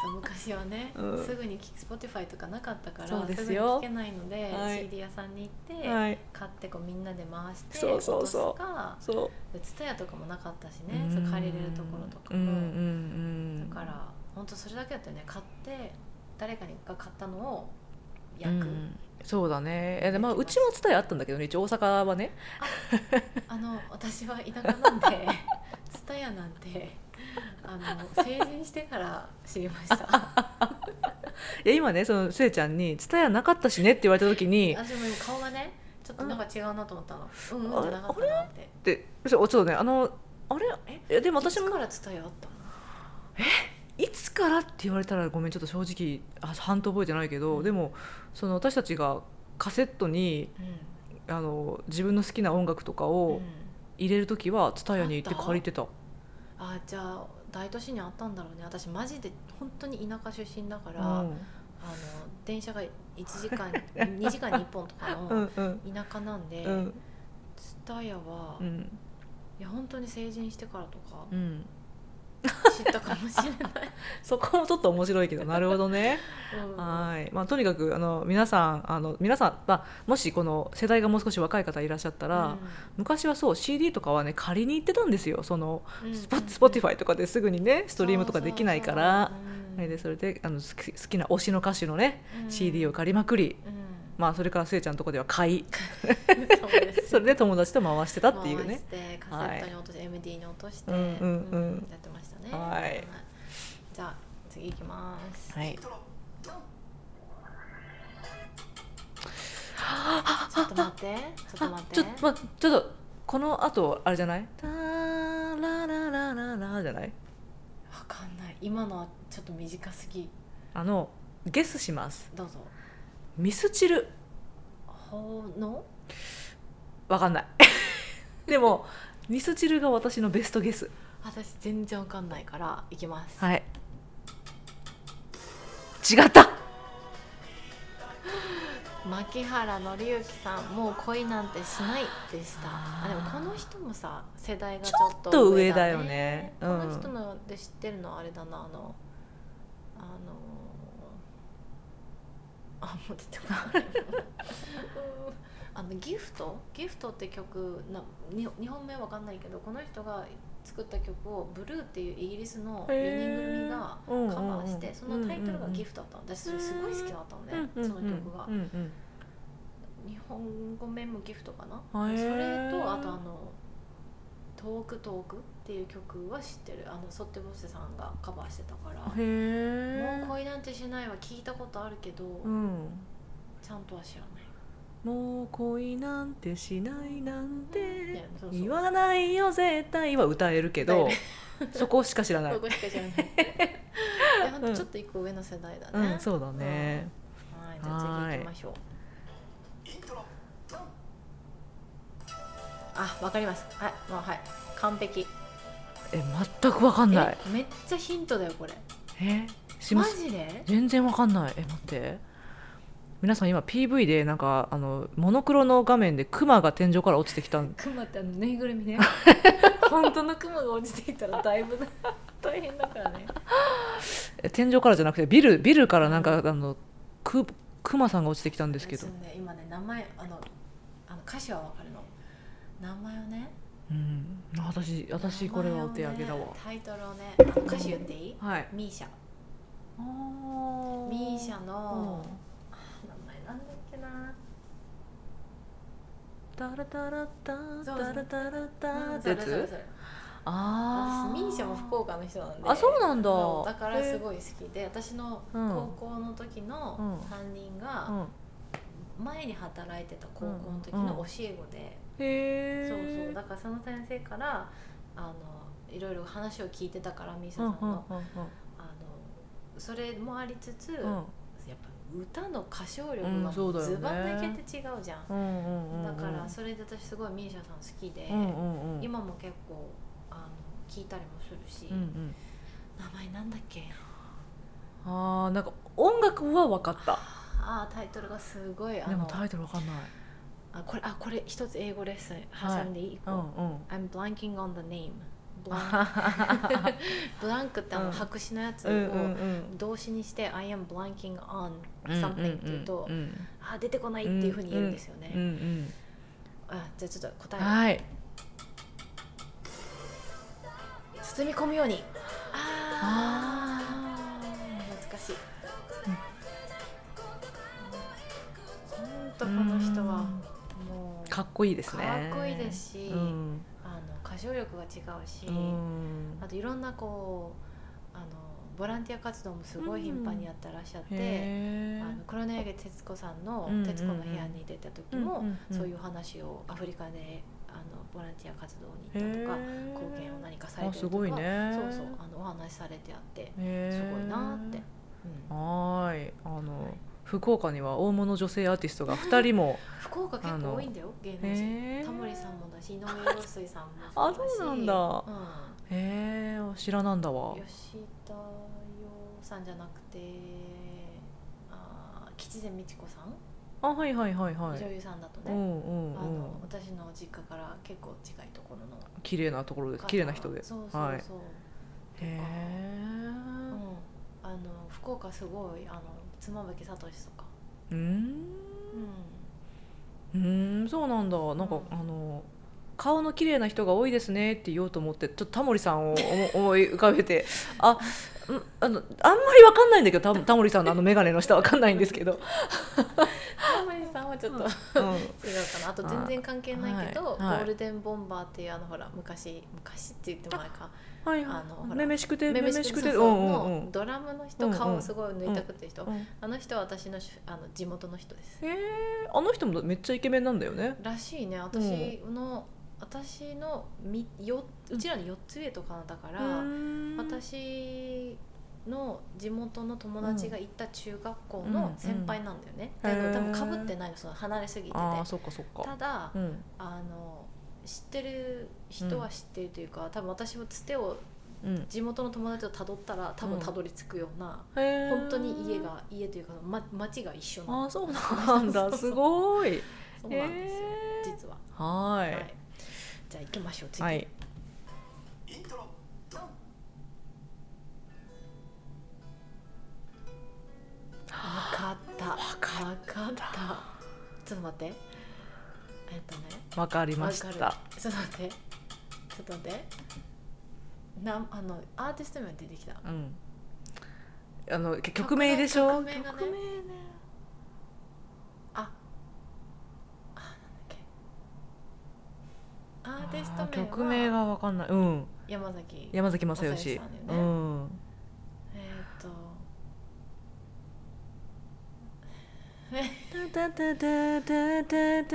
[SPEAKER 1] そう昔はね、
[SPEAKER 2] うん
[SPEAKER 1] すぐに聞 Spotify とかなかったから
[SPEAKER 2] そうですよ
[SPEAKER 1] ぐに聞けないので、
[SPEAKER 2] はい
[SPEAKER 1] CD 屋さんに行って、
[SPEAKER 2] はい
[SPEAKER 1] 買ってこうみんなで回して
[SPEAKER 2] そうそうそう
[SPEAKER 1] 落とすか
[SPEAKER 2] そう
[SPEAKER 1] で TSUTAYA とかもなかったしね
[SPEAKER 2] うん
[SPEAKER 1] そう借りれるところとか
[SPEAKER 2] うんう
[SPEAKER 1] も、
[SPEAKER 2] んうん
[SPEAKER 1] だから本当それだけだったよね買って誰かが買ったのを焼く、
[SPEAKER 2] うんそうだねえで、まあ、
[SPEAKER 1] 焼
[SPEAKER 2] う
[SPEAKER 1] きま
[SPEAKER 2] ち
[SPEAKER 1] す
[SPEAKER 2] も伝えあったんだけどね一応大阪はね
[SPEAKER 1] あの私は田舎なんで TSUTAYA なんてあの成人してから知りました
[SPEAKER 2] いや今ねそのせいちゃんに「蔦屋なかったしね」って言われた時に
[SPEAKER 1] 私も今顔がねちょっとなんか違うなと思ったのうんうんじゃなかったなって
[SPEAKER 2] でそうそうねあのあれえでも私
[SPEAKER 1] いつか
[SPEAKER 2] も
[SPEAKER 1] ら伝えあったの
[SPEAKER 2] いつからって言われたらごめんちょっと正直あ半と覚えてないけど、でもその私たちがカセットに
[SPEAKER 1] う
[SPEAKER 2] あの自分の好きな音楽とか
[SPEAKER 1] ん、う
[SPEAKER 2] を
[SPEAKER 1] ん、
[SPEAKER 2] 入れる時は蔦屋に行って借りてた
[SPEAKER 1] あじゃあ大都市にあったんだろうね私マジで本当に田舎出身だから、あ
[SPEAKER 2] う
[SPEAKER 1] の
[SPEAKER 2] ん
[SPEAKER 1] 電車が1時間2 時間に1本とか
[SPEAKER 2] う
[SPEAKER 1] の
[SPEAKER 2] んうん
[SPEAKER 1] 田舎なんで
[SPEAKER 2] うん
[SPEAKER 1] TSUTAYA、は、
[SPEAKER 2] う
[SPEAKER 1] い
[SPEAKER 2] ん
[SPEAKER 1] や本当に成人してからとか
[SPEAKER 2] うん
[SPEAKER 1] 知ったかもしれない、
[SPEAKER 2] そこもちょっと面白いけどなるほど ね
[SPEAKER 1] うん
[SPEAKER 2] はい、まあ、とにかくあの皆さんあの皆さん、まあ、もしこの世代がもう少し若い方いらっしゃったら、昔はそう CD とかはね借りに行ってたんですよその
[SPEAKER 1] うん
[SPEAKER 2] スポスポティファイとかですぐにねストリームとかできないから。
[SPEAKER 1] うん
[SPEAKER 2] それでそれであの好き好きな推しの歌手のね、
[SPEAKER 1] うん
[SPEAKER 2] CD を借りまくり、
[SPEAKER 1] うん
[SPEAKER 2] まあ、それからせいちゃんのとこでは買い
[SPEAKER 1] そうです
[SPEAKER 2] それで友達と回してたっていうね
[SPEAKER 1] 回してカセットに落として、MD に落として、
[SPEAKER 2] うんうんうん
[SPEAKER 1] やってましたね
[SPEAKER 2] はい
[SPEAKER 1] じゃあ次行きます
[SPEAKER 2] はい
[SPEAKER 1] ちょっと待ってちょっと待って
[SPEAKER 2] ちょ,、ま、ちょっとこのあとあれじゃない「タラララララ」じゃない
[SPEAKER 1] わかんない今のはちょっと短すぎ
[SPEAKER 2] あのゲスします
[SPEAKER 1] どうぞ
[SPEAKER 2] ミスチル
[SPEAKER 1] ほうの
[SPEAKER 2] わかんない でもミスチルが私のベストゲス
[SPEAKER 1] 私全然わかんないから行きます、
[SPEAKER 2] はい違った
[SPEAKER 1] 牧原紀之さんもう恋なんてしないでしたあ
[SPEAKER 2] あー
[SPEAKER 1] でもこの人もさ世代がち
[SPEAKER 2] ち
[SPEAKER 1] ょ
[SPEAKER 2] ょ
[SPEAKER 1] っ
[SPEAKER 2] っ
[SPEAKER 1] と
[SPEAKER 2] と
[SPEAKER 1] 上
[SPEAKER 2] 上
[SPEAKER 1] だ
[SPEAKER 2] だ
[SPEAKER 1] ね
[SPEAKER 2] よね
[SPEAKER 1] こ
[SPEAKER 2] うん
[SPEAKER 1] の人ので知ってるのはあれだなあのあのあもう出てこないう んあのギフトギフトって曲なに2本目は分かんないけどこの人が作った曲をブルーっていうイギリスの4人組が
[SPEAKER 2] カ
[SPEAKER 1] カ
[SPEAKER 2] バ
[SPEAKER 1] バーして、そのタイトルがギ
[SPEAKER 2] フ
[SPEAKER 1] フトだったの私それすごい好きだったのね、
[SPEAKER 2] うんうん
[SPEAKER 1] その曲が
[SPEAKER 2] う。ん
[SPEAKER 1] 日本語メモギフトかなそ
[SPEAKER 2] へ
[SPEAKER 1] れ
[SPEAKER 2] ー
[SPEAKER 1] とあとあの「トークトーク」っていう曲は知ってるあのソッテボスさんがカバーしてたから「
[SPEAKER 2] うん、へえ
[SPEAKER 1] もう恋なんてしない」は聞いたことあるけど、
[SPEAKER 2] うん
[SPEAKER 1] ちゃんとは知らない
[SPEAKER 2] もう恋なんてしないなん
[SPEAKER 1] いや
[SPEAKER 2] て
[SPEAKER 1] そうそう
[SPEAKER 2] 言わないよ絶対は歌えるけど そこしか知らない
[SPEAKER 1] ここしか知らないいやほんとちょっと一個上の世代だ
[SPEAKER 2] う
[SPEAKER 1] ね、
[SPEAKER 2] んそうだね
[SPEAKER 1] はいじゃあ次行きましょうあわかりますはいもうはい完璧
[SPEAKER 2] え全くわかんない
[SPEAKER 1] えめっちゃヒントだよこれ
[SPEAKER 2] えしま
[SPEAKER 1] マ
[SPEAKER 2] す
[SPEAKER 1] ジで
[SPEAKER 2] 全然わかんないえ待って皆さん今 PV でなんかあのモノクロの画面でクマが天井から落ちてきたん
[SPEAKER 1] クマってあのぬいぐるみ ね本当のクマが落ちてきたらだいぶな 大変だからね
[SPEAKER 2] え天井からじゃなくてビルビルからなんかあのククマさんが落ちてきたんですけど
[SPEAKER 1] 私、ね今ね名前あのあの歌詞はわかるの名前をね
[SPEAKER 2] うん、私私これはお手上げだわ、
[SPEAKER 1] 名前をねタイトルをねあの歌詞言っていい
[SPEAKER 2] はい
[SPEAKER 1] ミーシャミ
[SPEAKER 2] ミ
[SPEAKER 1] ーシャの名前なんだっけな
[SPEAKER 2] タラタラタ
[SPEAKER 1] そう
[SPEAKER 2] タラタラタって
[SPEAKER 1] そ
[SPEAKER 2] や
[SPEAKER 1] れそれ
[SPEAKER 2] つ
[SPEAKER 1] それ
[SPEAKER 2] あ
[SPEAKER 1] 私
[SPEAKER 2] あ
[SPEAKER 1] ミーシャも福岡の人なんで
[SPEAKER 2] あそうなんだ
[SPEAKER 1] そうだからす
[SPEAKER 2] い、
[SPEAKER 1] ごい好きで私の
[SPEAKER 2] うん
[SPEAKER 1] 高校の時の
[SPEAKER 2] うん
[SPEAKER 1] 担任
[SPEAKER 2] う
[SPEAKER 1] が
[SPEAKER 2] ん、
[SPEAKER 1] 前に働いてた高校の時の教え子で、
[SPEAKER 2] へえ
[SPEAKER 1] そうそうだからその先生からあのいろいろ話を聞いてたからミーサさんの,、あのそれもありつつ、
[SPEAKER 2] うんうんうんうん
[SPEAKER 1] やっぱ歌の歌唱力
[SPEAKER 2] うんそうだ
[SPEAKER 1] が
[SPEAKER 2] よね
[SPEAKER 1] ズバ抜けて違うじゃん、
[SPEAKER 2] うんうんうんうん
[SPEAKER 1] だからそれで私すごいミーシャさん好きで、
[SPEAKER 2] うんうんうん
[SPEAKER 1] 今も結構あの聞いたりもするし、
[SPEAKER 2] うんうん
[SPEAKER 1] 名前なんだっけ
[SPEAKER 2] あーなんか音楽は分かった
[SPEAKER 1] あータイトルがすごいあ
[SPEAKER 2] でも
[SPEAKER 1] の
[SPEAKER 2] タイトル分かんない
[SPEAKER 1] あこれあこれ一つ英語レッスン挟んでいい、
[SPEAKER 2] うんうん
[SPEAKER 1] I'm blanking on the name ブラン ク
[SPEAKER 2] あ
[SPEAKER 1] ブランクってあ
[SPEAKER 2] う
[SPEAKER 1] の
[SPEAKER 2] ん
[SPEAKER 1] 白紙のやつを、
[SPEAKER 2] うんうんうん
[SPEAKER 1] 動詞にして「I am blanking on
[SPEAKER 2] うん
[SPEAKER 1] something」って言うと
[SPEAKER 2] うんうん
[SPEAKER 1] 「あ出てこない」っていうふうに言えるんですよ
[SPEAKER 2] うんう
[SPEAKER 1] ね。
[SPEAKER 2] ん
[SPEAKER 1] あじゃあちょっと答え
[SPEAKER 2] はい
[SPEAKER 1] を包み込むように。
[SPEAKER 2] あ
[SPEAKER 1] ー懐かしい。本当この人はもう
[SPEAKER 2] かっこいいですね
[SPEAKER 1] かっこいいですし
[SPEAKER 2] うん
[SPEAKER 1] あの歌唱力が違うし、
[SPEAKER 2] うん
[SPEAKER 1] あといろんなこうあのボランティア活動もすごい頻繁にやってらっしゃって、
[SPEAKER 2] へー
[SPEAKER 1] あの黒柳徹子さんの
[SPEAKER 2] うんうんうん
[SPEAKER 1] 「徹子の部屋」に出た時
[SPEAKER 2] う
[SPEAKER 1] も
[SPEAKER 2] んうんうん
[SPEAKER 1] そういう話をアフリカであのボランティア活動に行ったとか
[SPEAKER 2] へー
[SPEAKER 1] 貢献を何かされ
[SPEAKER 2] あ
[SPEAKER 1] て
[SPEAKER 2] す
[SPEAKER 1] ると
[SPEAKER 2] ごい
[SPEAKER 1] か、
[SPEAKER 2] ね
[SPEAKER 1] そうそうあのお話しされてあって
[SPEAKER 2] へー
[SPEAKER 1] すごいなーって、うん
[SPEAKER 2] はーいあの福岡には大物女性アーティス トが2人も
[SPEAKER 1] 福岡結構多いんだよ芸能人
[SPEAKER 2] へー
[SPEAKER 1] タモリさんもだし井上陽水さんも
[SPEAKER 2] あ
[SPEAKER 1] だし
[SPEAKER 2] そうなんだ
[SPEAKER 1] う
[SPEAKER 2] へえ知らなんだわ
[SPEAKER 1] ん、吉田洋さんじゃなくてあー吉瀬美智子さん、
[SPEAKER 2] あはいはいはいはい
[SPEAKER 1] 女優さんだと
[SPEAKER 2] う
[SPEAKER 1] ね、
[SPEAKER 2] んうん
[SPEAKER 1] あの
[SPEAKER 2] うん
[SPEAKER 1] 私の実家から結構近いところの
[SPEAKER 2] 綺麗なところです綺麗な人で
[SPEAKER 1] そうそうそう、
[SPEAKER 2] はいへ
[SPEAKER 1] とかう
[SPEAKER 2] え
[SPEAKER 1] ん、あの福岡すごいあの妻夫木聡とか、
[SPEAKER 2] うーん
[SPEAKER 1] うん、
[SPEAKER 2] うーんそうなんだなんか、
[SPEAKER 1] うん
[SPEAKER 2] あの顔の綺麗な人が多いですねって言おうと思ってちょっとタモリさんを思 思い浮かべてあうんあのあんまりわかんないんだけどタモタモリさんのあの眼鏡の下わかんないんです けど、
[SPEAKER 1] タモリさんはちょっと
[SPEAKER 2] うん
[SPEAKER 1] 違うかなあと全然関係ないけど、
[SPEAKER 2] はいはい
[SPEAKER 1] ゴールデンボンバーっていうあのほら昔昔って言って前か
[SPEAKER 2] はい
[SPEAKER 1] あのほ
[SPEAKER 2] は
[SPEAKER 1] ら
[SPEAKER 2] いめめしくてめめしくて
[SPEAKER 1] そう
[SPEAKER 2] う
[SPEAKER 1] そうん
[SPEAKER 2] うんうん
[SPEAKER 1] のドラムの人、
[SPEAKER 2] うんうん
[SPEAKER 1] 顔をすごい抜いたくって人、
[SPEAKER 2] うん
[SPEAKER 1] あの人は私のしあの地元の人です
[SPEAKER 2] へえあの人もめっちゃイケメンなんだよね
[SPEAKER 1] らしいね私の、私のみようちらの4つ上とかだから、
[SPEAKER 2] うーん
[SPEAKER 1] 私の地元の友達が行った中学校
[SPEAKER 2] うん
[SPEAKER 1] の
[SPEAKER 2] うん
[SPEAKER 1] 先輩なんだよね、
[SPEAKER 2] へー
[SPEAKER 1] だけど多分かぶってないのその離れすぎてて
[SPEAKER 2] ああそっかそっか
[SPEAKER 1] ただ、
[SPEAKER 2] うん
[SPEAKER 1] あの知ってる人は知ってるというか、多分私もつてを
[SPEAKER 2] うん
[SPEAKER 1] 地元の友達をたどったら多分たどり着くような、
[SPEAKER 2] へえ
[SPEAKER 1] 本当に家が家というか、ま、町が一緒な
[SPEAKER 2] あ
[SPEAKER 1] の
[SPEAKER 2] あそうな んだすごい
[SPEAKER 1] そうなんですよ、
[SPEAKER 2] へー
[SPEAKER 1] 実は、
[SPEAKER 2] は
[SPEAKER 1] はいい、じゃあ行きましょう次、
[SPEAKER 2] はい
[SPEAKER 3] イントロドン
[SPEAKER 1] 分かった分
[SPEAKER 2] か
[SPEAKER 1] かったちょっと待ってえっとね
[SPEAKER 2] わかりまし
[SPEAKER 1] わ
[SPEAKER 2] た
[SPEAKER 1] かるちょっと待ってちょっと待ってなんあのアーティスト名出てきた
[SPEAKER 2] うんあの曲曲名でしょ
[SPEAKER 1] 曲名がね
[SPEAKER 2] 曲名ね
[SPEAKER 1] アーティス
[SPEAKER 2] あー
[SPEAKER 1] ト名は
[SPEAKER 2] 曲名がわかんないうん
[SPEAKER 1] 山崎えーっ
[SPEAKER 2] 山崎まさよし
[SPEAKER 1] まさよしさん
[SPEAKER 2] う
[SPEAKER 1] だよね
[SPEAKER 2] ん
[SPEAKER 1] と
[SPEAKER 2] タタタタタ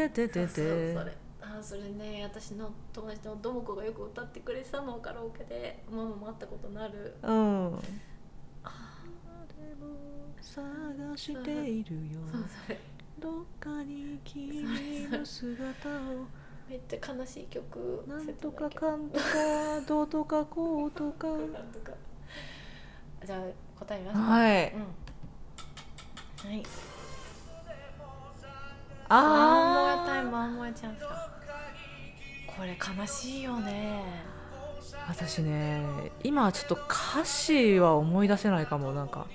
[SPEAKER 2] タタ
[SPEAKER 1] そうそ
[SPEAKER 2] タ
[SPEAKER 1] うそ
[SPEAKER 2] タ
[SPEAKER 1] れあそれね私の友達のども子がよく歌ってくれてたのカラオケでママも会ったことのある
[SPEAKER 2] うん
[SPEAKER 1] あ
[SPEAKER 2] 探しているよ
[SPEAKER 1] そうそれ
[SPEAKER 2] どっかに君の姿を
[SPEAKER 1] めっちゃ悲しい曲
[SPEAKER 2] なんと
[SPEAKER 1] 切な
[SPEAKER 2] か
[SPEAKER 1] い曲
[SPEAKER 2] かんとかどうとかこうとか
[SPEAKER 1] なんとかじゃあ答えますかい、う
[SPEAKER 2] はい
[SPEAKER 1] ん、はいマンモアタイ
[SPEAKER 2] あ
[SPEAKER 1] ムマンモアチャンスかこれ悲しいよね
[SPEAKER 2] あ私ね今ちょっと歌詞は思い出せないかもなんか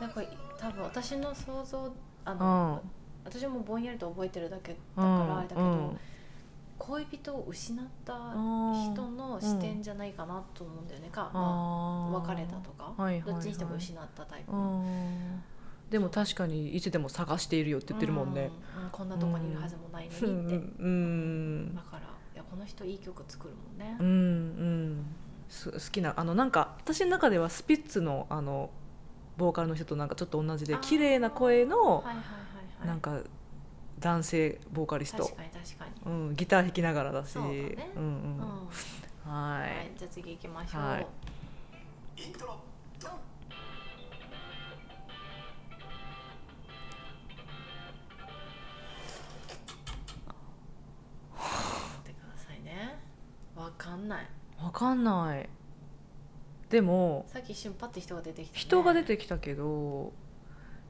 [SPEAKER 1] なんか多分私の想像あ
[SPEAKER 2] う
[SPEAKER 1] の、
[SPEAKER 2] ん
[SPEAKER 1] 私もぼんやりと覚えてるだけだ
[SPEAKER 2] う
[SPEAKER 1] からあれだけど、
[SPEAKER 2] ん
[SPEAKER 1] 恋人を失った
[SPEAKER 2] うん
[SPEAKER 1] 人の視点じゃないかなと思うんだよねか、まあ、
[SPEAKER 2] あ
[SPEAKER 1] 別れたとか、
[SPEAKER 2] はいはいはい
[SPEAKER 1] どっちにしても失ったタイプ
[SPEAKER 2] う、んでも確かにいつでも探しているよって言ってるもんね
[SPEAKER 1] うんうんこんなとこにいるはずもないの
[SPEAKER 2] う
[SPEAKER 1] にって、
[SPEAKER 2] んうん
[SPEAKER 1] だからいやこの人いい曲作るもんね、
[SPEAKER 2] うんうんす好きなあのなんか私の中ではスピッツのあのボーカルの人となんかちょっと同じで
[SPEAKER 1] あー
[SPEAKER 2] 綺麗な声の
[SPEAKER 1] はいはいはいはい
[SPEAKER 2] なんか男性ボーカリスト
[SPEAKER 1] 確、かに確かに、
[SPEAKER 2] うん、ギター弾きながらだし
[SPEAKER 1] そうだね
[SPEAKER 2] うんう
[SPEAKER 1] う
[SPEAKER 2] ん
[SPEAKER 1] ん
[SPEAKER 2] は
[SPEAKER 1] はい
[SPEAKER 2] い、
[SPEAKER 1] じゃあ次行きましょう。
[SPEAKER 2] はい
[SPEAKER 3] イントロドン
[SPEAKER 1] 待ってくださいね。わかんない。
[SPEAKER 2] わかんないでも
[SPEAKER 1] さっき一瞬パッて人が出てきた、ね。
[SPEAKER 2] 人が出てきたけど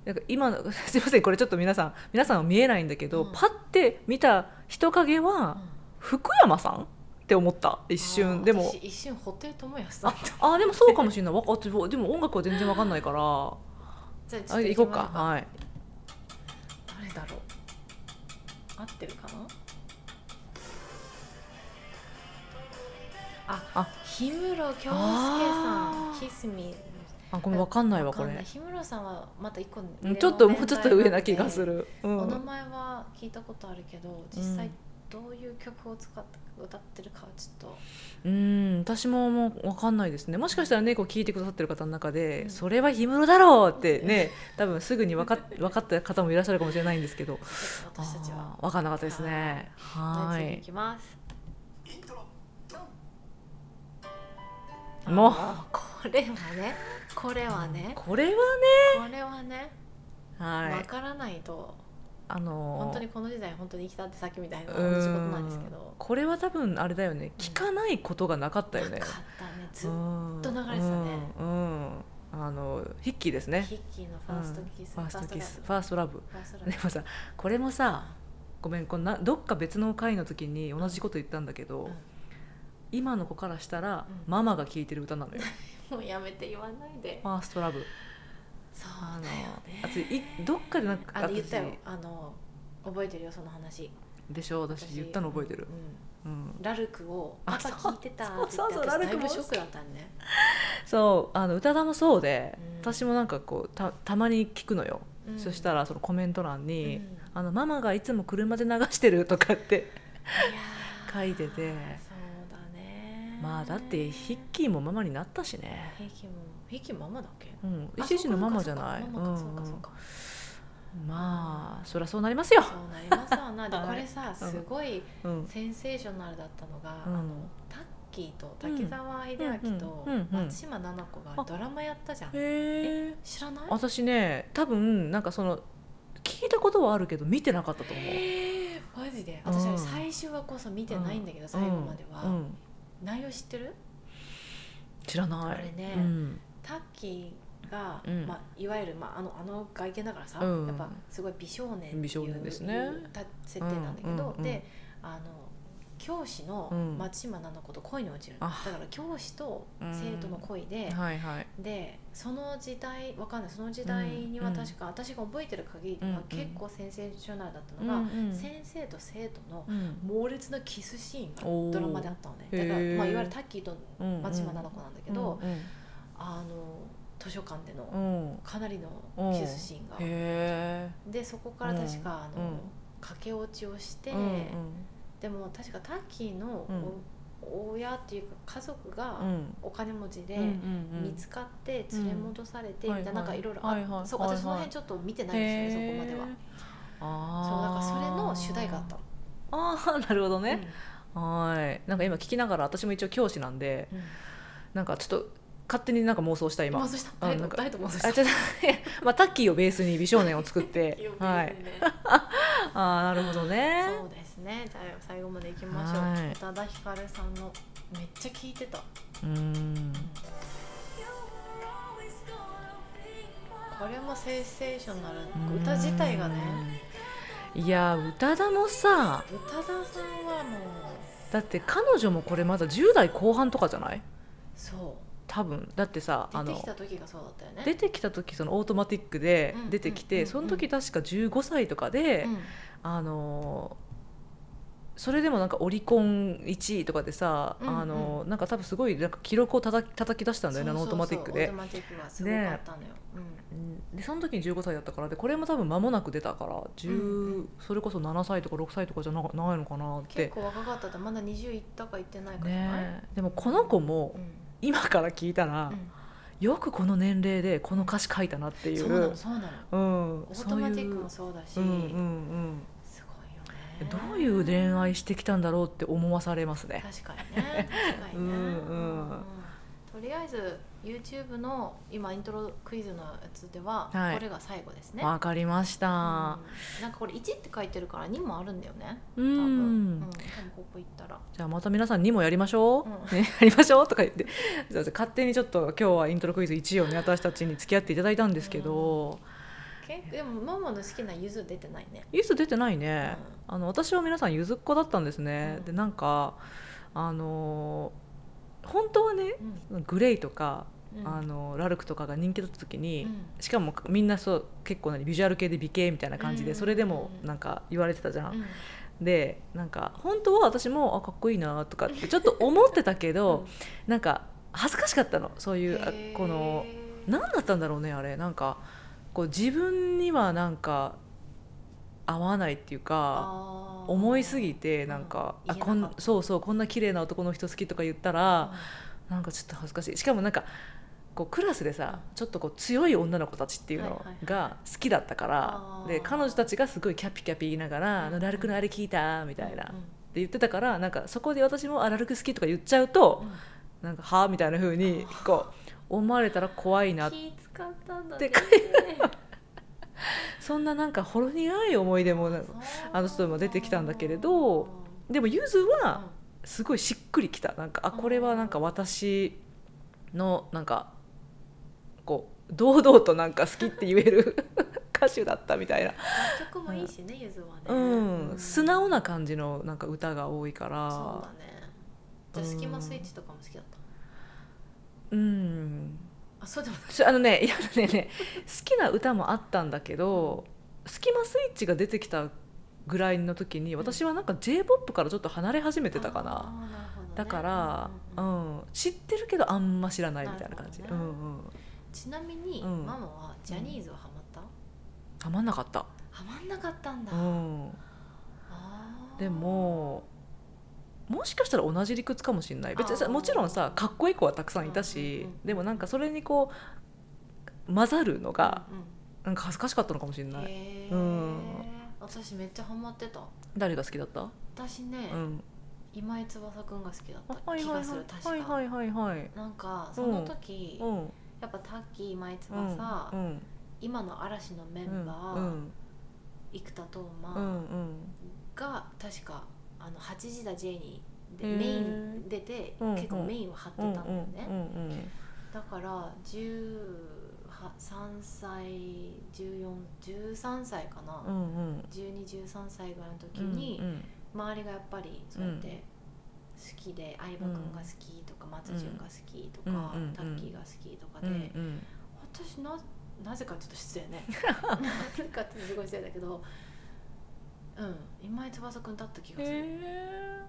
[SPEAKER 2] なんか今 のすいませんこれちょっと皆さん皆さんは見えないんだけど、
[SPEAKER 1] うん
[SPEAKER 2] パッて見た人影
[SPEAKER 1] うん
[SPEAKER 2] は福山さんって思った一
[SPEAKER 1] あー
[SPEAKER 2] 瞬でも
[SPEAKER 1] 私一瞬布袋寅泰さん。
[SPEAKER 2] あーでもそうかもしれないわか私もでも音楽は全然わかんないからあ
[SPEAKER 1] じゃあちょっと
[SPEAKER 2] 行
[SPEAKER 1] 行
[SPEAKER 2] こ
[SPEAKER 1] き
[SPEAKER 2] う
[SPEAKER 1] ま
[SPEAKER 2] か
[SPEAKER 1] しょうか。
[SPEAKER 2] はい
[SPEAKER 1] 誰だろう。合ってるかな。あ、
[SPEAKER 2] あ
[SPEAKER 1] 氷室京介さ
[SPEAKER 2] あ
[SPEAKER 1] ん、
[SPEAKER 2] ー
[SPEAKER 1] キスミ。
[SPEAKER 2] あごめんわかんないわ
[SPEAKER 1] わ
[SPEAKER 2] こ
[SPEAKER 1] かんな
[SPEAKER 2] れ
[SPEAKER 1] い。氷室さんはまた一個上の
[SPEAKER 2] う
[SPEAKER 1] 年
[SPEAKER 2] ん
[SPEAKER 1] 代
[SPEAKER 2] ちょっともうちょっと上な気が
[SPEAKER 1] んです
[SPEAKER 2] る、う
[SPEAKER 1] お名
[SPEAKER 2] ん、
[SPEAKER 1] 前は聞いたことあるけど実際どういう曲を使って歌ってるかはちょっと
[SPEAKER 2] うん私ももう分かんないですねもしかしたらねこう聞いてくださってる方の中で、
[SPEAKER 1] うん
[SPEAKER 2] それは氷室だろうってね多分すぐに分かっ 分かった方もいらっしゃるかもしれないんですけど
[SPEAKER 1] 私たちは
[SPEAKER 2] あー分かんなかったですねは
[SPEAKER 1] 次
[SPEAKER 2] い
[SPEAKER 1] に行きます
[SPEAKER 3] イントロドン
[SPEAKER 2] もう
[SPEAKER 1] あーこれはねこれはねこ
[SPEAKER 2] これはね
[SPEAKER 1] れはねわ、
[SPEAKER 2] はい
[SPEAKER 1] からないと
[SPEAKER 2] あのー
[SPEAKER 1] 本当にこの時代本当に生きたってさっきみたいな同じことなんですけ
[SPEAKER 2] うん
[SPEAKER 1] ど
[SPEAKER 2] これは多分あれだよね聞かないことがなかったよね
[SPEAKER 1] なかったねず
[SPEAKER 2] ず
[SPEAKER 1] っと流れてたね
[SPEAKER 2] うん、うんあのヒッキーですね
[SPEAKER 1] ヒッキーのファーストキス、
[SPEAKER 2] ファーストキス
[SPEAKER 1] フ
[SPEAKER 2] ファーストラブ
[SPEAKER 1] ァーストラブ
[SPEAKER 2] でもさこれもさごめんこんなどっか別の回の時に同じこと言ったんだけど、
[SPEAKER 1] うん
[SPEAKER 2] 今の子からしたら、
[SPEAKER 1] うん
[SPEAKER 2] ママが聴いてる歌なのよ
[SPEAKER 1] もうやめて言わないで
[SPEAKER 2] ファーストラブ
[SPEAKER 1] そう
[SPEAKER 2] あの
[SPEAKER 1] だよね
[SPEAKER 2] あといどっかでなんか
[SPEAKER 1] あ
[SPEAKER 2] 私
[SPEAKER 1] 言ったよあの覚えてるよその話
[SPEAKER 2] でしょ私言ったの覚えてる
[SPEAKER 1] う、ん
[SPEAKER 2] うん、
[SPEAKER 1] ラルクを「パ
[SPEAKER 2] あ
[SPEAKER 1] パ
[SPEAKER 2] そう
[SPEAKER 1] 聞いてた」
[SPEAKER 2] そう
[SPEAKER 1] って言
[SPEAKER 2] そう
[SPEAKER 1] って
[SPEAKER 2] そう
[SPEAKER 1] 私
[SPEAKER 2] ラル
[SPEAKER 1] だい
[SPEAKER 2] ク
[SPEAKER 1] ぶ
[SPEAKER 2] も
[SPEAKER 1] ショックだったんね
[SPEAKER 2] そうあの宇多田もそうで、
[SPEAKER 1] うん
[SPEAKER 2] 私もなんかこうたたまに聞くのよ、
[SPEAKER 1] うん
[SPEAKER 2] そしたらそのコメント欄
[SPEAKER 1] うん
[SPEAKER 2] に、
[SPEAKER 1] い
[SPEAKER 2] あの「ママがいつも車で流してる」とかって
[SPEAKER 1] やー
[SPEAKER 2] 書いてて
[SPEAKER 1] そうだね
[SPEAKER 2] まあだってヒッキーもママになったしね、
[SPEAKER 1] ヒッキーもヒッキーママだっけ
[SPEAKER 2] うん、
[SPEAKER 1] あ
[SPEAKER 2] 一時のママじゃない
[SPEAKER 1] そうかママかそうか
[SPEAKER 2] うん
[SPEAKER 1] そうか
[SPEAKER 2] うんまあそりゃそうなりますよ、
[SPEAKER 1] そうなりますわなで
[SPEAKER 2] はい
[SPEAKER 1] これさすごい
[SPEAKER 2] うん、
[SPEAKER 1] センセーショナルだったのが、
[SPEAKER 2] うん
[SPEAKER 1] あのタッキーと滝沢秀明と
[SPEAKER 2] うんうんうんうん
[SPEAKER 1] 松島菜々子がドラマやったじゃん、
[SPEAKER 2] へえ
[SPEAKER 1] 知らない
[SPEAKER 2] 私ね多分なんかその聞いたことはあるけど見てなかったと思う
[SPEAKER 1] えーマジで
[SPEAKER 2] うん
[SPEAKER 1] 私あれ最終話こそ見てないんだけど、最後までは、
[SPEAKER 2] うんうん
[SPEAKER 1] 内容知ってる
[SPEAKER 2] 知らない
[SPEAKER 1] あれね
[SPEAKER 2] うん
[SPEAKER 1] タッキーが、
[SPEAKER 2] うん
[SPEAKER 1] まあ、いわゆる、まあ、あのあの外見だからさ、
[SPEAKER 2] うん
[SPEAKER 1] やっぱすごい美少年っていう
[SPEAKER 2] 美少年ですね
[SPEAKER 1] いうた設定なんだけど、
[SPEAKER 2] うんうんうん
[SPEAKER 1] であの教師の
[SPEAKER 2] うん
[SPEAKER 1] 松島菜々子と恋に落ちるの、
[SPEAKER 2] あ
[SPEAKER 1] だから教師と生徒の恋で、
[SPEAKER 2] はいはい
[SPEAKER 1] でその時代わかんないその時代には
[SPEAKER 2] うん
[SPEAKER 1] 確か、私が覚えてる限り
[SPEAKER 2] うんう
[SPEAKER 1] は
[SPEAKER 2] ん
[SPEAKER 1] 結構センセーショナルだった
[SPEAKER 2] う
[SPEAKER 1] のが、
[SPEAKER 2] んうん
[SPEAKER 1] 先生と生徒の
[SPEAKER 2] うん
[SPEAKER 1] 猛烈なキスシーン
[SPEAKER 2] お
[SPEAKER 1] が
[SPEAKER 2] ー
[SPEAKER 1] ドラマであったのねだ
[SPEAKER 2] へー
[SPEAKER 1] から、まあ、いわゆるタッキーと
[SPEAKER 2] うん
[SPEAKER 1] 松島菜々子なんだけど、
[SPEAKER 2] うんうん
[SPEAKER 1] あの図書館での
[SPEAKER 2] うん
[SPEAKER 1] かなりのキスシーンが、
[SPEAKER 2] へ
[SPEAKER 1] でそこから確か、
[SPEAKER 2] うん
[SPEAKER 1] あの、
[SPEAKER 2] うん
[SPEAKER 1] 駆け落ちをして、
[SPEAKER 2] えうんうん
[SPEAKER 1] でも確かタッキーのお親っていうか家族が
[SPEAKER 2] うん
[SPEAKER 1] お金持ちで、
[SPEAKER 2] うんうん
[SPEAKER 1] 見つかって連れ戻されてみたいな,、
[SPEAKER 2] うん
[SPEAKER 1] なんかいろいろ
[SPEAKER 2] はいはい
[SPEAKER 1] あそう
[SPEAKER 2] はいはい
[SPEAKER 1] 私その辺ちょっと見てないですよねそこまでは
[SPEAKER 2] へー
[SPEAKER 1] そうなん
[SPEAKER 2] あ
[SPEAKER 1] か
[SPEAKER 2] ー
[SPEAKER 1] それの主題歌だったの
[SPEAKER 2] あーなるほどね、はいなんか今聞きながら私も一応教師なんで
[SPEAKER 1] うんうん
[SPEAKER 2] なんかちょっと勝手になんか妄想した今
[SPEAKER 1] 妄想した
[SPEAKER 2] あ
[SPEAKER 1] 誰
[SPEAKER 2] な
[SPEAKER 1] と
[SPEAKER 2] んか
[SPEAKER 1] 誰と妄想した
[SPEAKER 2] あちょっと まあタッキーをベースに美少年を 作って
[SPEAKER 1] 記憶にね
[SPEAKER 2] はいあーなるほどね
[SPEAKER 1] そうですねじゃあ最後までいきましょ
[SPEAKER 2] は
[SPEAKER 1] う
[SPEAKER 2] い
[SPEAKER 1] 宇多田ヒカルさんのめっちゃ聞いてた
[SPEAKER 2] うーん
[SPEAKER 1] これもセンセーショナル歌自体がね
[SPEAKER 2] いやー宇多田もさ
[SPEAKER 1] 宇多田さんはもう
[SPEAKER 2] だって彼女もこれまだ10代後半とかじゃない
[SPEAKER 1] そ
[SPEAKER 2] 多分だってさ
[SPEAKER 1] う
[SPEAKER 2] あ
[SPEAKER 1] 出て
[SPEAKER 2] の
[SPEAKER 1] きた時がそうだったよね
[SPEAKER 2] 出てきた時そのオートマティックで
[SPEAKER 1] うん
[SPEAKER 2] 出てき
[SPEAKER 1] うん
[SPEAKER 2] て、
[SPEAKER 1] うん
[SPEAKER 2] その時確か15歳とかで、
[SPEAKER 1] うん
[SPEAKER 2] あのーそれでもなんかオリコン1位とかでさ、
[SPEAKER 1] うんうん
[SPEAKER 2] あのーなんか多分すごいなんか記録をたたき叩き出したんだよねあのオートマティック
[SPEAKER 1] そう
[SPEAKER 2] で
[SPEAKER 1] そうそうオートマティックはすごかったのよ、うん
[SPEAKER 2] でその時に15歳だったからでこれも多分間もなく出たから、10
[SPEAKER 1] うんうん
[SPEAKER 2] それこそ7歳とか6歳とかじゃなないのかなっ
[SPEAKER 1] 結
[SPEAKER 2] て、
[SPEAKER 1] 構若かったとまだ20いったかいってないかじゃない、
[SPEAKER 2] ね、でもこの子も
[SPEAKER 1] うん
[SPEAKER 2] 今から聞いた
[SPEAKER 1] う
[SPEAKER 2] ら、
[SPEAKER 1] ん
[SPEAKER 2] よくこの年齢でこの歌詞書いたなっていう
[SPEAKER 1] そうなのそうなの
[SPEAKER 2] うん、
[SPEAKER 1] オートマティックも
[SPEAKER 2] そ
[SPEAKER 1] そうだし
[SPEAKER 2] ういう、うんうん
[SPEAKER 1] す
[SPEAKER 2] うん、ど
[SPEAKER 1] ご
[SPEAKER 2] う
[SPEAKER 1] い
[SPEAKER 2] い
[SPEAKER 1] よね
[SPEAKER 2] う恋愛してきたんだろうって思わされますね。
[SPEAKER 1] 確かにね確かにね
[SPEAKER 2] うんうん
[SPEAKER 1] とりあえず YouTube の今イントロクイズのやつでは、
[SPEAKER 2] はい
[SPEAKER 1] これが最後ですね、
[SPEAKER 2] わかりました。
[SPEAKER 1] うんなんかこれ1って書いてるから2もあるんだよね
[SPEAKER 2] うん
[SPEAKER 1] 多分、多分ここ行ったら
[SPEAKER 2] じゃあまた皆さんにもやりましょう、
[SPEAKER 1] う
[SPEAKER 2] ね、やりましょうとか言ってすいません勝手にちょっと今日はイントロクイズ1位をね私たちに付き合っていただいたんですけど、
[SPEAKER 1] 結構でもママの好きなゆず出てないね
[SPEAKER 2] ゆず出てないね、あの私は皆さんゆずっ子だったんですね、
[SPEAKER 1] うん
[SPEAKER 2] でなんかあのー本当はね
[SPEAKER 1] うん
[SPEAKER 2] グレイとか、
[SPEAKER 1] うん
[SPEAKER 2] あのーラルクとかが人気だった時に、
[SPEAKER 1] うん
[SPEAKER 2] しかもみんなそう結構何ビジュアル系で美形みたいな感じで、
[SPEAKER 1] うん
[SPEAKER 2] それでもなんか言われてたじゃん、
[SPEAKER 1] うん
[SPEAKER 2] でなんか本当は私もあかっこいいなとかってちょっと思ってた けど、なんか恥ずかしかったのそういうあ
[SPEAKER 1] へー
[SPEAKER 2] この何だったんだろうねあれなんかこう自分にはなんか合わないっていうか
[SPEAKER 1] あー
[SPEAKER 2] 思いすぎてなんか、
[SPEAKER 1] うん
[SPEAKER 2] あこ
[SPEAKER 1] 言えなんかった
[SPEAKER 2] そうそうこんな綺麗な男の人好きとか言ったら、なんかちょっと恥ずかしいしかもなんかこうクラスでさちょっとこう強い女の子たちっていう
[SPEAKER 1] は
[SPEAKER 2] の
[SPEAKER 1] いはい
[SPEAKER 2] が好きだったから、
[SPEAKER 1] あー
[SPEAKER 2] で彼女たちがすごいキャピキャピ言いながら「あ
[SPEAKER 1] う
[SPEAKER 2] の
[SPEAKER 1] ん
[SPEAKER 2] ラルクのあれ聞いた」み
[SPEAKER 1] うん
[SPEAKER 2] たいな、
[SPEAKER 1] う
[SPEAKER 2] って
[SPEAKER 1] ん
[SPEAKER 2] 言ってたからなんかそこで私も「あラルク好き」とか言っちゃうと
[SPEAKER 1] うん
[SPEAKER 2] 「なんかはあ?」みたいな風にこう思われたら怖いな
[SPEAKER 1] 気使ったんだ
[SPEAKER 2] で
[SPEAKER 1] ね
[SPEAKER 2] かそんななんかほろ苦い思い出もなんか あの人も出てきたんだけれど
[SPEAKER 1] うん
[SPEAKER 2] でもゆず
[SPEAKER 1] う
[SPEAKER 2] は
[SPEAKER 1] ん
[SPEAKER 2] すごいしっくりきたなんかあこれはなんか私のなんかこう堂々となんか好きって言える 歌手だったみたいな、
[SPEAKER 1] 曲もいいしねゆずはね
[SPEAKER 2] うん素直な
[SPEAKER 1] 感
[SPEAKER 2] 感じのなんか歌が多いか
[SPEAKER 1] じそうだ
[SPEAKER 2] ら
[SPEAKER 1] ねじゃあスキマスイッチとかも好きだった
[SPEAKER 2] うん
[SPEAKER 1] あそうでもない
[SPEAKER 2] ちょあのねいやねね好きな歌もあったんだけど「スキマスイッチ」が出てきたぐらいの時に私はなんか j p o p からちょっと離れ始めてたかな。
[SPEAKER 1] あーなるほどね
[SPEAKER 2] だから、う
[SPEAKER 1] うんんうんうん
[SPEAKER 2] 知ってるけどあんま知らないみたいな感じ、
[SPEAKER 1] な
[SPEAKER 2] う
[SPEAKER 1] る
[SPEAKER 2] ん
[SPEAKER 1] ほ
[SPEAKER 2] う
[SPEAKER 1] どね
[SPEAKER 2] ん、
[SPEAKER 1] ちなみに、
[SPEAKER 2] うん
[SPEAKER 1] ママはジャニーズはハマった
[SPEAKER 2] たまんなかった、
[SPEAKER 1] ハマんなかったんだ、
[SPEAKER 2] うん、
[SPEAKER 1] あー
[SPEAKER 2] でももしかしたら同じ理屈かもしれない別にさ
[SPEAKER 1] あー
[SPEAKER 2] もちろんさかっこいい子はたくさんいたし、
[SPEAKER 1] うんうんうん
[SPEAKER 2] でもなんかそれにこう混ざるのが
[SPEAKER 1] うんうん
[SPEAKER 2] なんか恥ずかしかったのかもしれない、
[SPEAKER 1] へ
[SPEAKER 2] う
[SPEAKER 1] ー
[SPEAKER 2] ん
[SPEAKER 1] 私めっちゃハマってた
[SPEAKER 2] 誰が好きだった、
[SPEAKER 1] 私ね、
[SPEAKER 2] うん、
[SPEAKER 1] 今井翼くんが好きだ
[SPEAKER 2] あ
[SPEAKER 1] った
[SPEAKER 2] はい
[SPEAKER 1] 気
[SPEAKER 2] はいは
[SPEAKER 1] が
[SPEAKER 2] い
[SPEAKER 1] する、
[SPEAKER 2] はい
[SPEAKER 1] 確か、
[SPEAKER 2] はいはいはい
[SPEAKER 1] なんかその時、
[SPEAKER 2] うんうん
[SPEAKER 1] やっぱタッキー今井
[SPEAKER 2] うん
[SPEAKER 1] 翼、さ
[SPEAKER 2] うん
[SPEAKER 1] 今の嵐のメンバー、
[SPEAKER 2] うん
[SPEAKER 1] 生田斗
[SPEAKER 2] う
[SPEAKER 1] 真
[SPEAKER 2] んうん
[SPEAKER 1] が確かあの8時だ J にで
[SPEAKER 2] へー
[SPEAKER 1] メイン出て、
[SPEAKER 2] うん
[SPEAKER 1] 結構メインを張って
[SPEAKER 2] うん
[SPEAKER 1] たんだよね、
[SPEAKER 2] うんうん
[SPEAKER 1] だから13歳1413歳かな、
[SPEAKER 2] うんうん
[SPEAKER 1] 1213歳ぐらいの時に、
[SPEAKER 2] うんうん
[SPEAKER 1] 周りがやっぱりそうやって好きで、相葉君が好きとか松潤が好きとか、
[SPEAKER 2] うんうんうん
[SPEAKER 1] タッキーが好きとかで、
[SPEAKER 2] うんうん
[SPEAKER 1] 私ななぜかちょっと失礼 ねなぜかってすごい失礼だけどうん今井翼君だった気がする、
[SPEAKER 2] へえ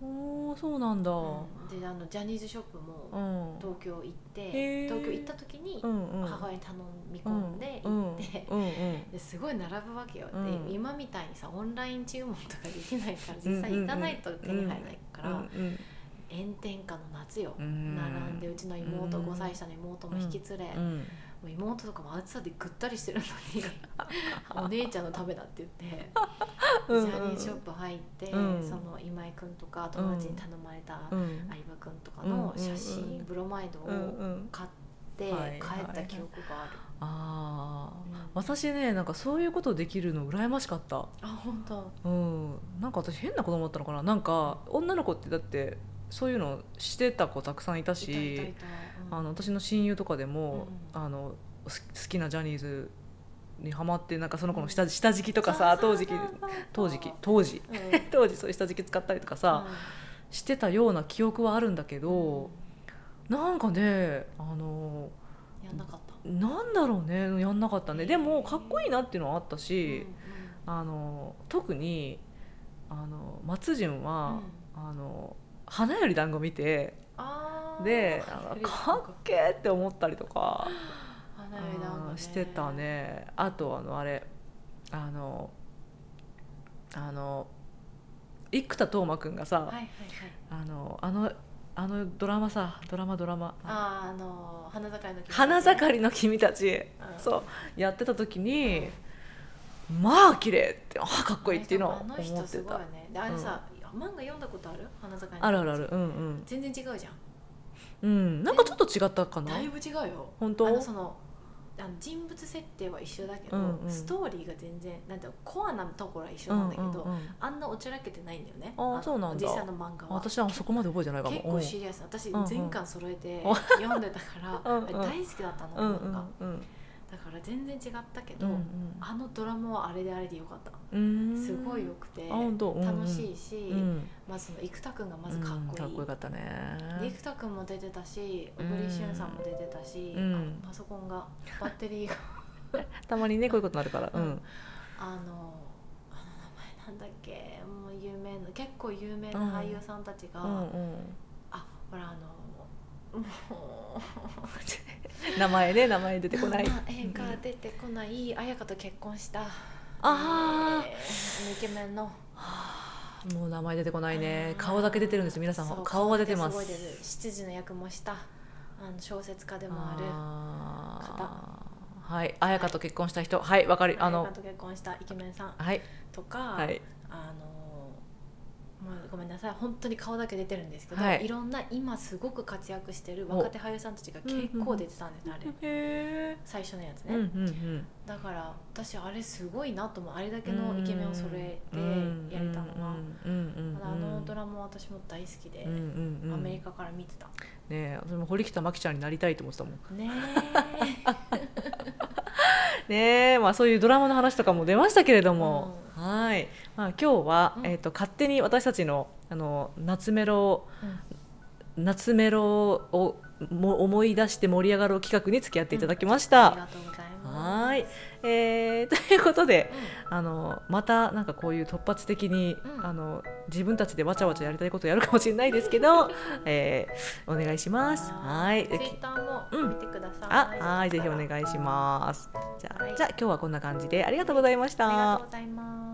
[SPEAKER 2] おーそうなんだ、う
[SPEAKER 1] うんんうん、であのジャニーズショップも
[SPEAKER 2] うん、
[SPEAKER 1] 東京行って、
[SPEAKER 2] へー
[SPEAKER 1] 東京行った時に
[SPEAKER 2] うんうん
[SPEAKER 1] 母親に頼み込んで
[SPEAKER 2] う
[SPEAKER 1] 行
[SPEAKER 2] ん
[SPEAKER 1] って、
[SPEAKER 2] うんうん
[SPEAKER 1] ですごい並ぶわけよ、
[SPEAKER 2] うん
[SPEAKER 1] で今みたいにさオンライン注文とかできないから実際行かないと手に入らないから、
[SPEAKER 2] うん
[SPEAKER 1] 炎天下の夏よ、
[SPEAKER 2] うん
[SPEAKER 1] 並んでうちの妹、
[SPEAKER 2] うん
[SPEAKER 1] 5歳下の妹も引き連れ、
[SPEAKER 2] う
[SPEAKER 1] も
[SPEAKER 2] ん
[SPEAKER 1] う妹とかも暑さでぐったりしてるのに お姉ちゃんのためだって言って
[SPEAKER 2] うん
[SPEAKER 1] ジャニーズショップ入って、
[SPEAKER 2] うん
[SPEAKER 1] その今井君とか友達に頼まれた
[SPEAKER 2] う
[SPEAKER 1] 相葉
[SPEAKER 2] ん
[SPEAKER 1] 君とかの写真、
[SPEAKER 2] うんうんうん
[SPEAKER 1] ブロマイド
[SPEAKER 2] うんう
[SPEAKER 1] を
[SPEAKER 2] ん
[SPEAKER 1] 買って帰
[SPEAKER 2] はい
[SPEAKER 1] った記憶がある。
[SPEAKER 2] あー
[SPEAKER 1] うん
[SPEAKER 2] 私ねなんかそういうことできるの羨ましかった、
[SPEAKER 1] あ本当
[SPEAKER 2] うん、なんか私変な子供だったのかななんか女の子ってだってそういうのしてた子たくさんいた
[SPEAKER 1] いたいたい、
[SPEAKER 2] したあ
[SPEAKER 1] うん
[SPEAKER 2] の私の親友とかでも、
[SPEAKER 1] うん
[SPEAKER 2] あの好き好きなジャニーズにハマってなんかその子の下,、下敷きとかさ当時期当時期当時
[SPEAKER 1] うんうん
[SPEAKER 2] 当時そういう下敷き使ったりとかさ、してたような記憶はあるんだけど、なんかねあの
[SPEAKER 1] うんやんなかった、
[SPEAKER 2] なんだろうねやんなかった
[SPEAKER 1] へ
[SPEAKER 2] ね
[SPEAKER 1] ー
[SPEAKER 2] でもかっこいいなっていうのはあった
[SPEAKER 1] うん
[SPEAKER 2] し、あの特にあの松潤
[SPEAKER 1] うん
[SPEAKER 2] は
[SPEAKER 1] うん、
[SPEAKER 2] あの花より団子見て
[SPEAKER 1] あー
[SPEAKER 2] であのかっけーって思ったりとか、
[SPEAKER 1] 花より団子
[SPEAKER 2] う
[SPEAKER 1] ね
[SPEAKER 2] んしてたねあとあのあれあのあの生田斗真君がさ、
[SPEAKER 1] はいはいはい
[SPEAKER 2] あのあのあのドラマさドラマドラマ
[SPEAKER 1] あーあの花盛りの気持
[SPEAKER 2] 「
[SPEAKER 1] ちね
[SPEAKER 2] 花盛りの君たち」
[SPEAKER 1] ん
[SPEAKER 2] そうやってた時に、まあ綺麗ってあかっこいいっていうのを
[SPEAKER 1] あ
[SPEAKER 2] 思
[SPEAKER 1] の人
[SPEAKER 2] って
[SPEAKER 1] すごい
[SPEAKER 2] た
[SPEAKER 1] ねであれさ、漫画読んだことある花盛りの
[SPEAKER 2] あるあるあるうん
[SPEAKER 1] 全然違うじゃん
[SPEAKER 2] うんうんなんかちょっと違ったかな
[SPEAKER 1] だいぶ違うよ
[SPEAKER 2] 本当
[SPEAKER 1] あのそのあの人物設定は一緒だけど、
[SPEAKER 2] うんうん
[SPEAKER 1] ストーリーが全然なんていうのコアなところは一緒なんだけど、
[SPEAKER 2] うんうんうん
[SPEAKER 1] あんなおちゃらけてないんだよね
[SPEAKER 2] あー
[SPEAKER 1] の
[SPEAKER 2] そうなんだ
[SPEAKER 1] 実際の漫画は
[SPEAKER 2] 私はそこまで覚えてないかも
[SPEAKER 1] 結構シリアス私
[SPEAKER 2] うんうん
[SPEAKER 1] 全巻揃えて
[SPEAKER 2] お
[SPEAKER 1] 読んでたから
[SPEAKER 2] うんうん
[SPEAKER 1] 大好きだったの、
[SPEAKER 2] うん
[SPEAKER 1] 漫
[SPEAKER 2] うん
[SPEAKER 1] 画
[SPEAKER 2] うん
[SPEAKER 1] だから全然違ったけ
[SPEAKER 2] う
[SPEAKER 1] ど、
[SPEAKER 2] んうん
[SPEAKER 1] あのドラマはあれであれでよかった、
[SPEAKER 2] うん
[SPEAKER 1] すごいよくて
[SPEAKER 2] あ本当うんうん
[SPEAKER 1] 楽しいし、
[SPEAKER 2] うん
[SPEAKER 1] まあ、その生田君がまずかっこいい、
[SPEAKER 2] うんかったね
[SPEAKER 1] で生田君も出てたし小栗旬さんも出てたし、
[SPEAKER 2] うん
[SPEAKER 1] あパソコンがバッテリーが
[SPEAKER 2] たまにねこういうことになるからう
[SPEAKER 1] うん
[SPEAKER 2] ん
[SPEAKER 1] あのあの名前なんだっけもう有名な結構有名な俳優さんたちが、
[SPEAKER 2] うんうん
[SPEAKER 1] あほらあのもう
[SPEAKER 2] 名前ね名前出てこない
[SPEAKER 1] 名前が出てこない綾香と結婚した
[SPEAKER 2] あー
[SPEAKER 1] えーあのイケメンの
[SPEAKER 2] はあもう名前出てこないね
[SPEAKER 1] あー
[SPEAKER 2] 顔だけ出てるんです皆さ
[SPEAKER 1] そうん
[SPEAKER 2] 顔は出てま
[SPEAKER 1] 顔
[SPEAKER 2] す
[SPEAKER 1] だけごい出てる執事の役もしたあの小説家でもある
[SPEAKER 2] あーはい綾香と結婚した人はいわかるあ
[SPEAKER 1] あ
[SPEAKER 2] の
[SPEAKER 1] のと結婚したイケメンさん
[SPEAKER 2] はい
[SPEAKER 1] とか、
[SPEAKER 2] はい
[SPEAKER 1] あのまあ、ごめんなさい本当に顔だけ出てるんですけど、、
[SPEAKER 2] はいい
[SPEAKER 1] ろんな今すごく活躍してる若手俳優さんたちが結構出てたんです、あれ
[SPEAKER 2] へ
[SPEAKER 1] 最初のやつ
[SPEAKER 2] えう
[SPEAKER 1] ね、
[SPEAKER 2] んうん
[SPEAKER 1] だから私あれすごいなと思うあれだけ
[SPEAKER 2] うん
[SPEAKER 1] のイケメンを揃えてやれたのが、
[SPEAKER 2] うんうん
[SPEAKER 1] ただあのドラマ私も大好きで
[SPEAKER 2] うん、うんうん
[SPEAKER 1] アメリカから見てた
[SPEAKER 2] ねえ私も堀北真希ちゃんになりたいと思ってたもん
[SPEAKER 1] ね
[SPEAKER 2] ねえまあそういうドラマの話とかも出ましたけれども、はい、まあ、今日は、
[SPEAKER 1] うん
[SPEAKER 2] えっと勝手に私たちのあの夏メロ
[SPEAKER 1] え、うん
[SPEAKER 2] 夏メロをも思い出して盛り上がろう企画に付き合っていただきまし
[SPEAKER 1] あり
[SPEAKER 2] た、
[SPEAKER 1] がとうございます
[SPEAKER 2] はい、えーと いうことであのまたなんかこういう突発的に、
[SPEAKER 1] うん
[SPEAKER 2] あの自分たちでわちゃわちゃやりたいことやるかもしれないですけど、えーお願いします。はい
[SPEAKER 1] ツイッターも見てください、
[SPEAKER 2] あ、はい、ぜひお願いします。じゃあ、
[SPEAKER 1] はい
[SPEAKER 2] じゃあ今日はこんな感じでありがとうございました。
[SPEAKER 1] ありがとうございます